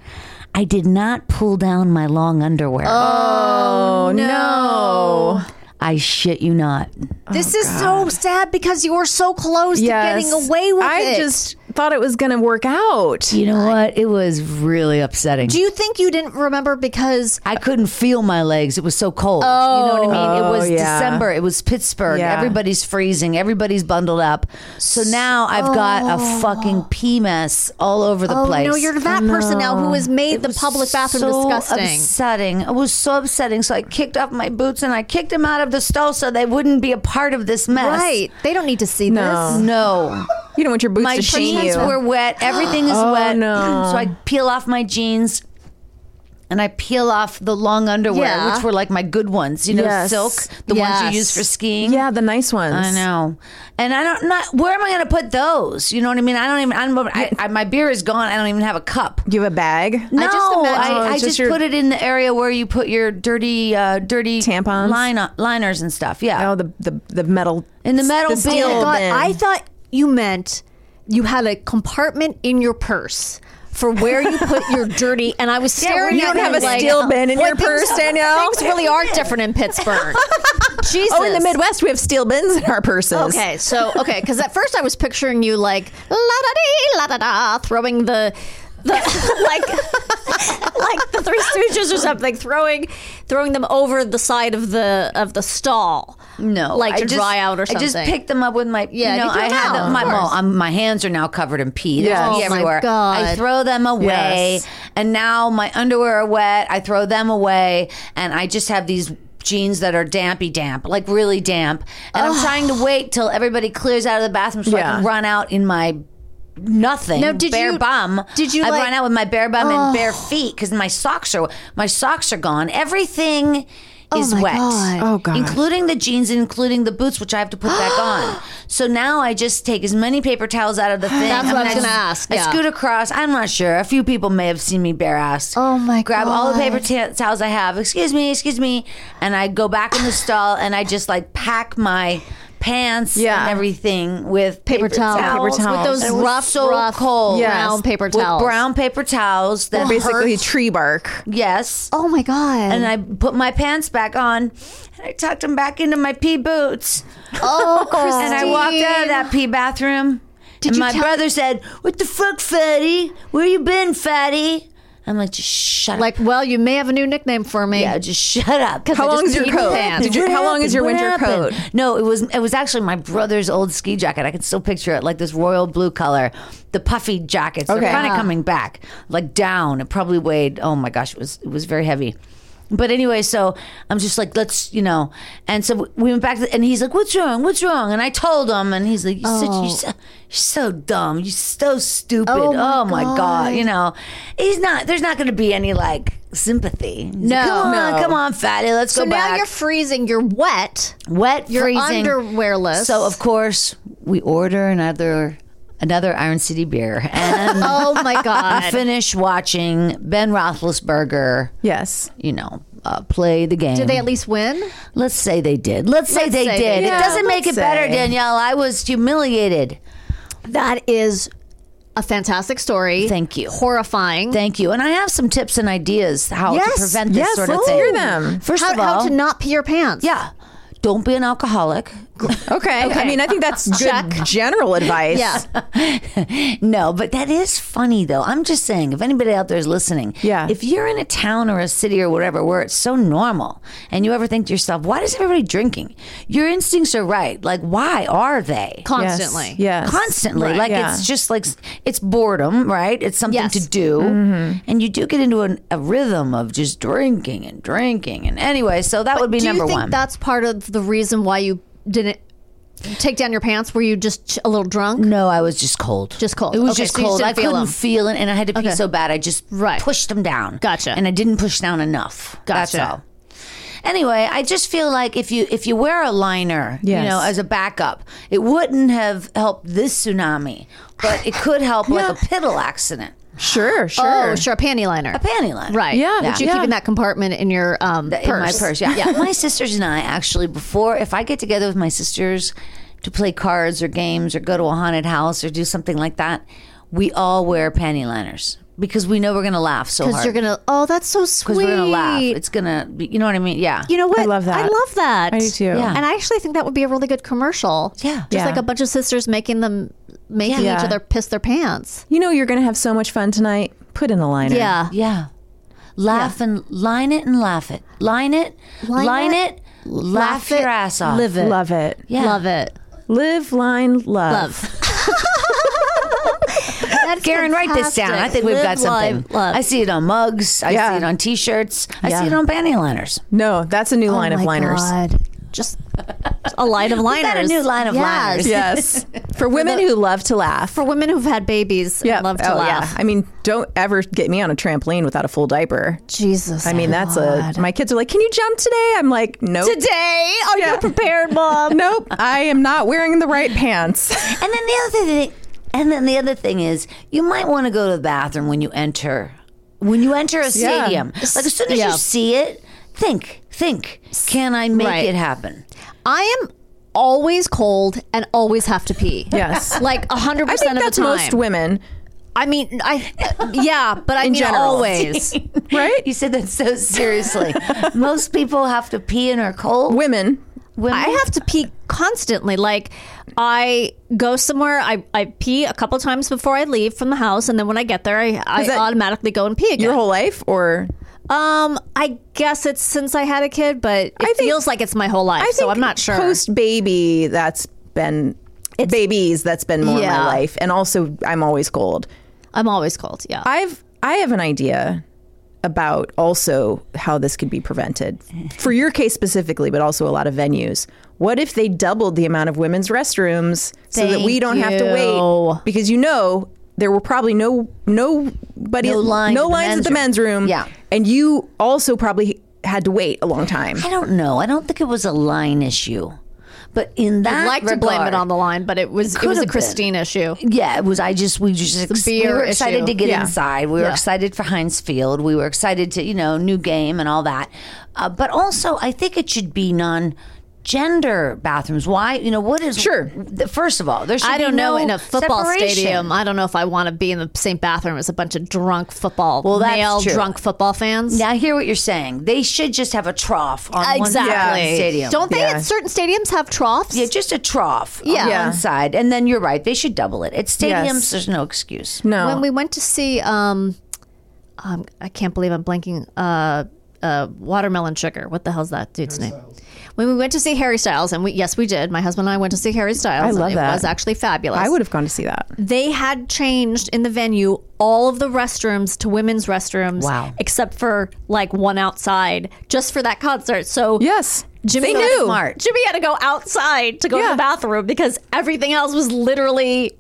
Speaker 7: I did not pull down my long underwear.
Speaker 3: Oh no.
Speaker 7: I shit you not.
Speaker 5: This is so sad because you were so close
Speaker 3: Yes.
Speaker 5: to getting away with
Speaker 3: I
Speaker 5: it.
Speaker 3: just thought it was going to work out.
Speaker 7: You know what? It was really upsetting.
Speaker 5: Do you think you didn't remember because
Speaker 7: I couldn't feel my legs. It was so cold. Oh, you know what I mean? It was
Speaker 3: yeah.
Speaker 7: December. It was Pittsburgh.
Speaker 3: Yeah.
Speaker 7: Everybody's freezing. Everybody's bundled up. So now I've got a fucking pee mess all over the
Speaker 5: oh
Speaker 7: place.
Speaker 5: no, you're that person now who has made the public bathroom
Speaker 7: so
Speaker 5: disgusting.
Speaker 7: upsetting. It was so upsetting. So I kicked off my boots and I kicked them out of the stall so they wouldn't be a part of this mess.
Speaker 5: Right? They don't need to see
Speaker 3: No.
Speaker 5: this.
Speaker 7: No,
Speaker 3: You don't want your boots
Speaker 7: my
Speaker 3: to shame
Speaker 7: jeans
Speaker 3: you.
Speaker 7: were wet. Everything is
Speaker 3: Oh,
Speaker 7: wet.
Speaker 3: no.
Speaker 7: So I peel off my jeans and I peel off the long underwear,
Speaker 5: Yeah.
Speaker 7: which were like my good ones, you know,
Speaker 3: Yes.
Speaker 7: silk, the ones you
Speaker 5: Yes.
Speaker 7: use for skiing.
Speaker 3: yeah, the nice ones.
Speaker 7: I know, and I don't not. Where am I going to put those? You know what I mean. I don't even. I don't, I, I, my beer is gone. I don't even have a cup.
Speaker 3: You have a bag.
Speaker 7: No, I just,
Speaker 3: imagine- Oh, it's
Speaker 7: I, just,
Speaker 3: just your-
Speaker 7: put it in the area where you put your dirty, uh, dirty
Speaker 3: Tampons?
Speaker 7: liner, liners and stuff. Yeah,
Speaker 3: Oh, the the, the metal
Speaker 7: in the metal
Speaker 3: the
Speaker 7: bin.
Speaker 3: steel
Speaker 7: Oh
Speaker 3: bin.
Speaker 7: my
Speaker 5: God, I thought you meant you had a compartment in your purse for where you put your dirty. And I was staring.
Speaker 3: you
Speaker 5: at
Speaker 3: don't have a
Speaker 5: like,
Speaker 3: steel bin in
Speaker 5: boy,
Speaker 3: your purse,
Speaker 5: things,
Speaker 3: Danielle?
Speaker 5: Things really are different in Pittsburgh. Jesus.
Speaker 3: Oh, in the Midwest, we have steel bins in our purses.
Speaker 4: Okay, so okay, because at first I was picturing you like la da dee la da da, throwing the the like like the Three Stooges or something, throwing throwing them over the side of the of the stall.
Speaker 7: No,
Speaker 4: like
Speaker 7: I
Speaker 4: to
Speaker 7: just-
Speaker 4: dry out or something.
Speaker 7: I just picked them up with my.
Speaker 4: Yeah,
Speaker 7: Yeah, you know,
Speaker 4: you threw
Speaker 7: I
Speaker 4: them
Speaker 7: had
Speaker 4: out,
Speaker 7: them,
Speaker 4: of
Speaker 7: my well,
Speaker 4: course.
Speaker 7: I'm, my hands are now covered in pee. There's
Speaker 3: Yes.
Speaker 7: pee
Speaker 3: Oh
Speaker 4: my
Speaker 7: everywhere. I
Speaker 4: God.
Speaker 7: throw them away,
Speaker 3: Yes.
Speaker 7: and now my underwear are wet. I throw them away, and I just have these. Jeans that are dampy damp, like really damp. And I'm trying to wait till everybody clears out of the bathroom so I
Speaker 3: Yeah.
Speaker 7: can run out in my nothing.
Speaker 4: Now, did
Speaker 7: bare
Speaker 4: you-
Speaker 7: bum.
Speaker 4: did you,
Speaker 7: I
Speaker 4: like-
Speaker 7: run out with my bare bum and bare feet because my socks are my socks are gone. Everything is
Speaker 4: my
Speaker 7: wet.
Speaker 4: God.
Speaker 3: Oh, God.
Speaker 7: Including the jeans and including the boots, which I have to put back on. So now I just take as many paper towels out of the thing.
Speaker 4: That's what I was
Speaker 7: mean,
Speaker 4: gonna
Speaker 7: just-
Speaker 4: ask,
Speaker 7: I
Speaker 4: yeah.
Speaker 7: scoot across. I'm not sure. A few people may have seen me bare assed.
Speaker 4: Oh, my
Speaker 7: Grab all the
Speaker 4: God.
Speaker 7: paper ta- towels I have. Excuse me, excuse me. And I go back in the stall and I just like pack my pants
Speaker 3: Yeah.
Speaker 7: and everything with
Speaker 4: paper, towel,
Speaker 3: towels. Paper towels.
Speaker 4: with those
Speaker 7: and it was
Speaker 4: rough,
Speaker 7: so
Speaker 4: rough,
Speaker 7: cold.
Speaker 4: brown paper
Speaker 7: With
Speaker 4: towels.
Speaker 7: brown paper towels that
Speaker 3: Basically,
Speaker 7: hurt.
Speaker 3: tree bark.
Speaker 7: yes.
Speaker 4: Oh my god!
Speaker 7: And I put my pants back on, and I tucked them back into my pee boots.
Speaker 4: oh, Christine.
Speaker 7: And I walked out of that pee bathroom. and
Speaker 4: you
Speaker 7: my
Speaker 4: tell-
Speaker 7: brother said, "What the fuck, fatty? Where you been, fatty?" I'm like, "Just shut up."
Speaker 4: Like, well, you may have a new nickname for me.
Speaker 7: Yeah, just shut up.
Speaker 4: How
Speaker 7: I
Speaker 4: long
Speaker 7: just
Speaker 4: is your
Speaker 7: peed my
Speaker 4: coat?
Speaker 7: pants.
Speaker 3: Did you-
Speaker 7: What
Speaker 3: how long is your
Speaker 7: happened?
Speaker 3: winter
Speaker 7: What happened?
Speaker 3: coat?
Speaker 7: No, it was it was actually my brother's old ski jacket. I can still picture it, like this royal blue color, the puffy jackets. They're
Speaker 3: Okay. Ah.
Speaker 7: kind of
Speaker 3: Yeah.
Speaker 7: coming back, like down. It probably weighed. Oh my gosh, it was it was very heavy. But anyway, so I'm just like, let's, you know, and so we went back, to the, and he's like, "What's wrong? What's wrong?" And I told him, and he's like, "You're,
Speaker 3: Oh.
Speaker 7: such, you're, so, you're so dumb. You're so stupid. Oh my, god. You know, he's not. There's not going to be any like sympathy. He's
Speaker 4: No.
Speaker 7: like, come on,
Speaker 3: No.
Speaker 7: come on, fatty, let's
Speaker 4: So
Speaker 7: go
Speaker 4: now
Speaker 7: back.
Speaker 4: you're freezing. You're wet.
Speaker 7: wet,
Speaker 4: You're
Speaker 7: freezing,
Speaker 4: underwearless.
Speaker 7: So of course we order another another Iron City beer and
Speaker 4: Oh my god!
Speaker 7: finish watching Ben Roethlisberger.
Speaker 3: Yes.
Speaker 7: You know, uh, play the game.
Speaker 4: Did they at least win?
Speaker 7: Let's say they did. Let's say
Speaker 4: Let's
Speaker 7: they
Speaker 4: say
Speaker 7: did.
Speaker 4: they
Speaker 7: it
Speaker 4: did.
Speaker 7: doesn't make
Speaker 3: Let's
Speaker 7: it better,
Speaker 3: say.
Speaker 7: Danielle. I was humiliated.
Speaker 4: That is a fantastic story.
Speaker 8: Thank you.
Speaker 4: Horrifying.
Speaker 8: Thank you. And I have some tips and ideas how
Speaker 4: Yes,
Speaker 8: to prevent this
Speaker 3: yes,
Speaker 8: sort of
Speaker 3: let's
Speaker 8: thing.
Speaker 3: hear them.
Speaker 8: First
Speaker 4: how,
Speaker 8: of all,
Speaker 4: how to not pee your pants.
Speaker 8: yeah, don't be an alcoholic.
Speaker 3: Okay. I mean, I think that's good general advice.
Speaker 4: Yeah.
Speaker 8: No, but that is funny though. I'm just saying, if anybody out there is listening,
Speaker 3: Yeah.
Speaker 8: if you're in a town or a city or whatever where it's so normal, and you ever think to yourself, why is everybody drinking? Your instincts are right. Like, why are they?
Speaker 4: Constantly.
Speaker 3: Yes.
Speaker 8: constantly. Like
Speaker 3: Yeah.
Speaker 8: it's just like it's boredom, right? It's something
Speaker 4: Yes.
Speaker 8: to do, and you do get into an, a rhythm of just drinking and drinking. And anyway, so that would be
Speaker 4: Do
Speaker 8: number
Speaker 4: you think
Speaker 8: one.
Speaker 4: that's part of the reason why you didn't take down your pants? Were you just ch- a little drunk?
Speaker 8: no, I was just cold.
Speaker 4: Just cold.
Speaker 8: It was
Speaker 4: Okay,
Speaker 8: just
Speaker 4: so you just
Speaker 8: cold.
Speaker 4: didn't
Speaker 8: I
Speaker 4: feel
Speaker 8: couldn't
Speaker 4: them.
Speaker 8: feel it, and I had to pee
Speaker 4: Okay.
Speaker 8: so bad. I just
Speaker 4: Right.
Speaker 8: pushed them down.
Speaker 4: Gotcha.
Speaker 8: And I didn't push down enough. That's
Speaker 4: Gotcha.
Speaker 8: all. Anyway, I just feel like if you if you wear a liner,
Speaker 3: Yes.
Speaker 8: you know, as a backup, it wouldn't have helped this tsunami, but it could help like a piddle accident,
Speaker 3: Sure. Sure.
Speaker 4: Oh, sure, a panty liner.
Speaker 8: a panty liner,
Speaker 4: Right.
Speaker 3: Yeah.
Speaker 4: Which you
Speaker 3: Yeah.
Speaker 4: keep in that compartment in your um,
Speaker 8: in my purse. Yeah. my sisters and I actually before if I get together with my sisters to play cards or games or go to a haunted house or do something like that, we all wear panty liners because we know we're going to laugh so hard.
Speaker 4: Because you're gonna. Oh, that's so sweet.
Speaker 8: because we're gonna laugh. It's gonna, be, you know what I mean? Yeah.
Speaker 4: you know what?
Speaker 3: I love that.
Speaker 4: I love that.
Speaker 3: I do too.
Speaker 8: Yeah.
Speaker 4: And I actually think that would be a really good commercial.
Speaker 8: Yeah.
Speaker 4: Just
Speaker 3: Yeah.
Speaker 4: like a bunch of sisters making them making
Speaker 3: Yeah.
Speaker 4: each other piss their pants.
Speaker 3: You know, you're going to have so much fun tonight. Put in a liner.
Speaker 4: Yeah.
Speaker 8: yeah. Laugh and line it and laugh it. Line it, line,
Speaker 4: Line
Speaker 8: it,
Speaker 4: it,
Speaker 8: laugh,
Speaker 4: laugh it,
Speaker 8: your ass off.
Speaker 4: live it.
Speaker 3: Ah, Love it.
Speaker 8: Yeah.
Speaker 4: Love it.
Speaker 3: Live, line, love.
Speaker 4: Love. That's
Speaker 8: Karen, write this down. I think we've got
Speaker 4: fantastic. Live,
Speaker 8: something.
Speaker 4: love.
Speaker 8: I see it on mugs. I
Speaker 3: Yeah.
Speaker 8: see it on T-shirts. I
Speaker 3: Yeah.
Speaker 8: see it on panty liners.
Speaker 3: No, that's a new line
Speaker 4: Oh
Speaker 3: of
Speaker 4: my
Speaker 3: liners.
Speaker 4: God. Just a line of liners.
Speaker 8: got a new line of
Speaker 4: Yes.
Speaker 8: liners.
Speaker 3: Yes. For women who love to laugh.
Speaker 4: For women who've had babies,
Speaker 3: Yeah.
Speaker 4: and love to
Speaker 3: oh,
Speaker 4: laugh.
Speaker 3: Yeah. I mean, don't ever get me on a trampoline without a full diaper.
Speaker 4: Jesus.
Speaker 3: I mean, that's a. My kids are like, "Can you jump today?" I'm like, "Nope."
Speaker 4: Today, are
Speaker 3: Yeah.
Speaker 4: you prepared, Mom?
Speaker 3: Nope. I am not wearing the right pants.
Speaker 8: And then the other thing, and then the other thing is, you might want to go to the bathroom when you enter, when you enter a
Speaker 3: Yeah.
Speaker 8: stadium. Like as soon as
Speaker 4: Yeah.
Speaker 8: you see it, think, think, can I make
Speaker 4: Right.
Speaker 8: it happen?
Speaker 4: I am always cold and always have to pee.
Speaker 3: Yes.
Speaker 4: Like 100%
Speaker 3: I
Speaker 4: of
Speaker 3: think
Speaker 4: the
Speaker 3: that's
Speaker 4: time.
Speaker 3: most women,
Speaker 4: I mean, I yeah, but I
Speaker 3: In
Speaker 4: mean
Speaker 3: general.
Speaker 4: always.
Speaker 3: right?
Speaker 8: You said that so seriously. Most people have to pee and are cold.
Speaker 3: women.
Speaker 8: Women.
Speaker 4: I have to pee constantly. Like I go somewhere, I, I pee a couple times before I leave from the house, and then when I get there, I, I
Speaker 3: that
Speaker 4: automatically go and pee again.
Speaker 3: Your whole life, or
Speaker 4: um, I guess it's since I had a kid, but it
Speaker 3: think-
Speaker 4: feels like it's my whole life, so I'm not sure.
Speaker 3: Post baby, that's been babies. That's been more
Speaker 4: Yeah.
Speaker 3: my life, and also I'm always cold.
Speaker 4: I'm always cold. Yeah.
Speaker 3: I've I have an idea about also how this could be prevented for your case specifically, but also a lot of venues. What if they doubled the amount of women's restrooms so that we
Speaker 4: Thank
Speaker 3: don't have to
Speaker 4: you.
Speaker 3: wait? Because you know there were probably no nobody
Speaker 8: No line at the
Speaker 3: lines at the
Speaker 8: men's
Speaker 3: men's room.
Speaker 8: Yeah.
Speaker 3: and you also probably had to wait a long time.
Speaker 8: I don't know. I don't think it was a line issue, but in that
Speaker 4: I'd like to blame it
Speaker 8: regard-
Speaker 4: on the line, but it was it,
Speaker 8: could
Speaker 4: was a
Speaker 8: have been.
Speaker 4: Christine issue.
Speaker 8: Yeah, it was. I just we just ex- we
Speaker 4: beer
Speaker 8: were excited
Speaker 4: issue.
Speaker 8: to get
Speaker 3: Yeah.
Speaker 8: inside. We were excited for Heinz Field. We were excited to you know new game and all that. Uh, but also, I think it should be non. Gender bathrooms. Why? You know what is
Speaker 3: Sure.
Speaker 8: th- First of all, there should
Speaker 4: I
Speaker 8: be
Speaker 4: don't know
Speaker 8: no
Speaker 4: in a football
Speaker 8: separation.
Speaker 4: stadium. I don't know if I want to be in the same bathroom as a bunch of drunk football
Speaker 8: Well, that's
Speaker 4: male
Speaker 8: true.
Speaker 4: drunk football fans.
Speaker 8: Yeah, I hear what you're saying. They should just have a trough on one side of the
Speaker 4: exactly.
Speaker 8: stadium.
Speaker 4: Don't they
Speaker 3: Yeah.
Speaker 4: at certain stadiums have troughs?
Speaker 8: yeah, just a trough on
Speaker 4: Yeah.
Speaker 8: one
Speaker 4: Yeah.
Speaker 8: side. And then you're right; they should double it. At stadiums,
Speaker 3: Yes.
Speaker 8: there's no excuse.
Speaker 3: No,
Speaker 4: When we went to see, um, um, I can't believe I'm blanking. Uh, uh, watermelon sugar. What the hell's that dude's name? When we went to see Harry Styles, and we yes, we did. My husband and I went to see Harry Styles. and
Speaker 3: love
Speaker 4: it
Speaker 3: that.
Speaker 4: was actually fabulous.
Speaker 3: I would have gone to see that.
Speaker 4: they had changed in the venue all of the restrooms to women's restrooms.
Speaker 8: Wow.
Speaker 4: Except for like one outside just for that concert. So
Speaker 3: Yes,
Speaker 4: Jimmy
Speaker 3: they
Speaker 4: had-
Speaker 3: knew.
Speaker 8: smart.
Speaker 4: Jimmy had to go outside to go to
Speaker 3: Yeah.
Speaker 4: the bathroom because everything else was literally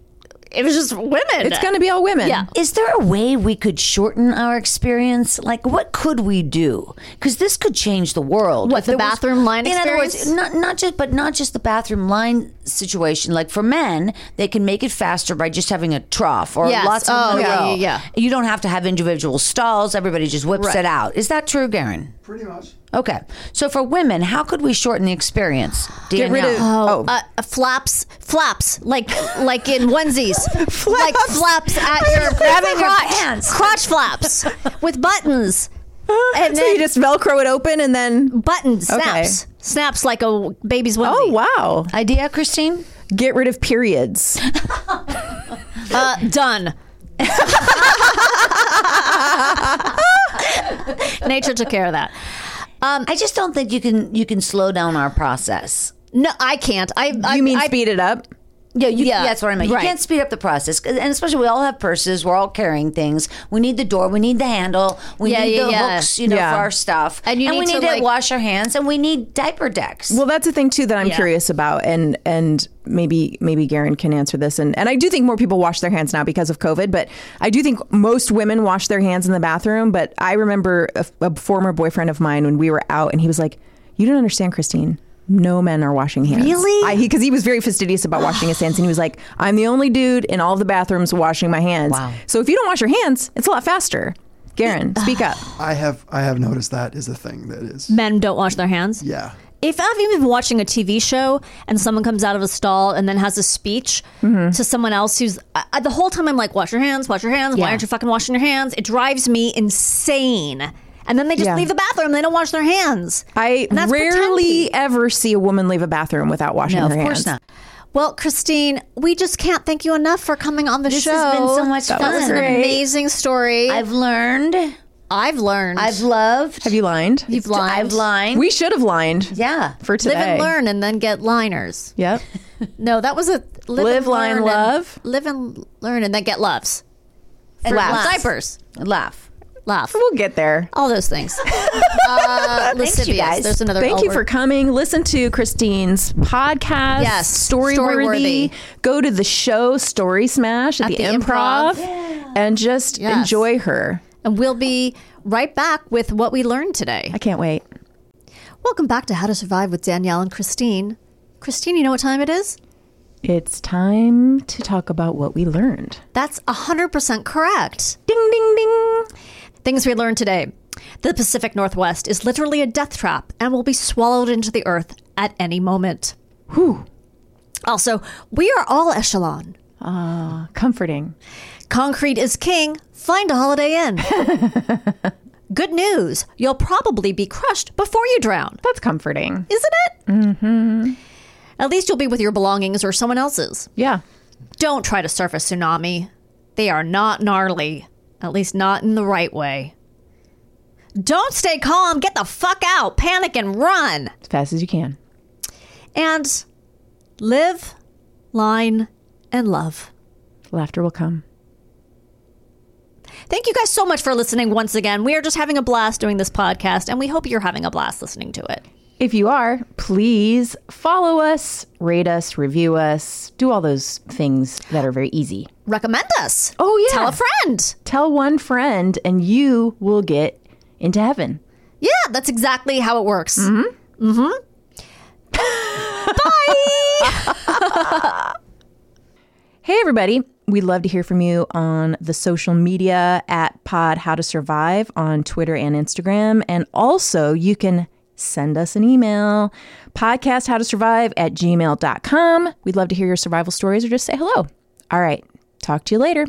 Speaker 4: it was just women.
Speaker 3: It's going to be all women.
Speaker 4: Yeah.
Speaker 8: Is there a way we could shorten our experience? Like, what could we do? Because this could change the world.
Speaker 4: What,
Speaker 8: If there
Speaker 4: the bathroom line
Speaker 8: In other
Speaker 4: experience?
Speaker 8: words, not not just but not just the bathroom line situation. Like for men, they can make it faster by just having a trough or
Speaker 4: Yes.
Speaker 8: lots of
Speaker 4: Oh,
Speaker 8: them in a
Speaker 4: yeah,
Speaker 8: row.
Speaker 4: yeah, yeah.
Speaker 8: You don't have to have individual stalls. Everybody just whips it out. Is that true, Garen?
Speaker 9: Pretty much.
Speaker 8: Okay. So for women, how could we shorten the experience?
Speaker 3: Get rid of.
Speaker 8: Danielle?
Speaker 3: Oh,
Speaker 4: uh, flaps flaps, like like in onesies, like flaps at your
Speaker 7: grabbing
Speaker 4: crotch,
Speaker 7: your pants.
Speaker 4: crotch flaps with buttons,
Speaker 8: Oh,
Speaker 4: and
Speaker 3: so you
Speaker 4: then
Speaker 3: just Velcro it open and then.
Speaker 4: buttons
Speaker 3: Okay.
Speaker 4: snaps, snaps like a baby's onesie.
Speaker 3: Oh wow!
Speaker 7: Idea, Christine?
Speaker 3: Get rid of periods.
Speaker 4: Uh, done. Nature took care of that. Um,
Speaker 7: I just don't think you can you can slow down our process.
Speaker 4: No, I can't. I, I
Speaker 3: You mean
Speaker 4: I,
Speaker 3: speed it up?
Speaker 7: Yeah, you,
Speaker 4: Yeah,
Speaker 7: that's what I meant.
Speaker 4: right.
Speaker 7: You can't speed up the process, 'cause- and especially we all have purses. We're all carrying things. We need the door. We need the handle. We
Speaker 4: Yeah,
Speaker 7: need
Speaker 4: yeah,
Speaker 7: the
Speaker 4: yeah.
Speaker 7: hooks, you know,
Speaker 3: Yeah.
Speaker 7: for our stuff.
Speaker 4: And you
Speaker 7: we
Speaker 4: need
Speaker 7: need
Speaker 4: to,
Speaker 7: to,
Speaker 4: like-
Speaker 7: wash our hands. And we need diaper decks.
Speaker 3: Well, that's a thing too that I'm curious about, and and maybe maybe Garen can answer this. And and I do think more people wash their hands now because of COVID, but I do think most women wash their hands in the bathroom. But I remember a, a former boyfriend of mine when we were out, and he was like, "You don't understand, Christine." No men are washing hands.
Speaker 4: Really?
Speaker 3: I, he because he was very fastidious about washing his hands, and he was like, "I'm the only dude in all the bathrooms washing my hands."
Speaker 7: Wow.
Speaker 3: So if you don't wash your hands, it's a lot faster. Garen, speak up.
Speaker 6: I have I have noticed that is a thing that is.
Speaker 4: men don't wash their hands.
Speaker 6: Yeah.
Speaker 4: If I've even been watching a TV show and someone comes out of a stall and then has a speech to someone else who's I, I- the whole time I'm like, wash your hands, wash your hands. Why
Speaker 7: Yeah.
Speaker 4: aren't you fucking washing your hands? It drives me insane. And then they just
Speaker 3: Yeah.
Speaker 4: leave the bathroom. They don't wash their hands.
Speaker 3: I
Speaker 4: And that's
Speaker 3: rarely
Speaker 4: pretending.
Speaker 3: ever see a woman leave a bathroom without washing
Speaker 7: no,
Speaker 3: her
Speaker 7: of
Speaker 3: hands.
Speaker 7: course not.
Speaker 4: Well, Christine, we just can't thank you enough for coming on the
Speaker 7: This
Speaker 4: show.
Speaker 7: has been so much
Speaker 4: that was
Speaker 7: fun.
Speaker 4: an
Speaker 7: Great.
Speaker 4: amazing story. I've,
Speaker 7: I've learned.
Speaker 4: learned.
Speaker 7: I've loved.
Speaker 3: Have you lined?
Speaker 4: You've lined.
Speaker 7: I've lined.
Speaker 3: We should have lined.
Speaker 7: yeah.
Speaker 3: For today.
Speaker 4: Live and learn and then get liners.
Speaker 3: Yep.
Speaker 4: No, that was a live,
Speaker 3: Live,
Speaker 4: and
Speaker 3: line,
Speaker 4: learn
Speaker 3: love.
Speaker 4: And, live and learn and then get loves.
Speaker 7: And
Speaker 4: Laugh.
Speaker 7: laugh.
Speaker 4: Diapers.
Speaker 7: Laugh.
Speaker 4: Laugh.
Speaker 3: We'll get there.
Speaker 4: All those things. Uh, Thanks,
Speaker 7: you guys.
Speaker 4: There's another.
Speaker 3: Thank
Speaker 4: L
Speaker 3: you for
Speaker 4: word.
Speaker 3: coming. Listen to Christine's podcast.
Speaker 4: Yes,
Speaker 3: Storyworthy.
Speaker 4: Storyworthy.
Speaker 3: Go to the show Story Smash at,
Speaker 4: At
Speaker 3: the,
Speaker 4: the
Speaker 3: improv,
Speaker 4: Improv.
Speaker 3: and just
Speaker 4: Yes.
Speaker 3: enjoy her.
Speaker 4: And we'll be right back with what we learned today.
Speaker 3: I can't wait.
Speaker 4: Welcome back to How to Survive with Danielle and Christine. Christine, you know what time it is?
Speaker 3: It's time to talk about what we learned.
Speaker 4: That's 100% correct.
Speaker 3: Ding, ding, ding.
Speaker 4: Things we learned today. The Pacific Northwest is literally a death trap and will be swallowed into the earth at any moment. Whew. Also, we are all echelon.
Speaker 3: Comforting.
Speaker 4: Concrete is king. Find a Holiday Inn. Good news. You'll probably be crushed before you drown,
Speaker 3: That's comforting.
Speaker 4: isn't it? Mm-hmm. At least you'll be with your belongings or someone else's.
Speaker 3: Yeah.
Speaker 4: Don't try to surf a tsunami. They are not gnarly, at least not in the right way. Don't stay calm. Get the fuck out. Panic and run.
Speaker 3: As fast as you can.
Speaker 4: And live, line, and love.
Speaker 3: Laughter will come.
Speaker 4: Thank you guys so much for listening once again. We are just having a blast doing this podcast, and we hope you're having a blast listening to it.
Speaker 3: If you are, please follow us, rate us, review us, do all those things that are very easy.
Speaker 4: Recommend us.
Speaker 3: Oh, yeah.
Speaker 4: Tell a friend.
Speaker 3: Tell one friend and you will get into heaven.
Speaker 4: Yeah, that's exactly how it works. Mm-hmm. Mm-hmm. Bye.
Speaker 3: Hey, everybody. We'd love to hear from you on the social media at Pod How to Survive on Twitter and Instagram. And also, you can send us an email podcast how to survive at gmail.com. We'd love to hear your survival stories or just say hello. All right. Talk to you later.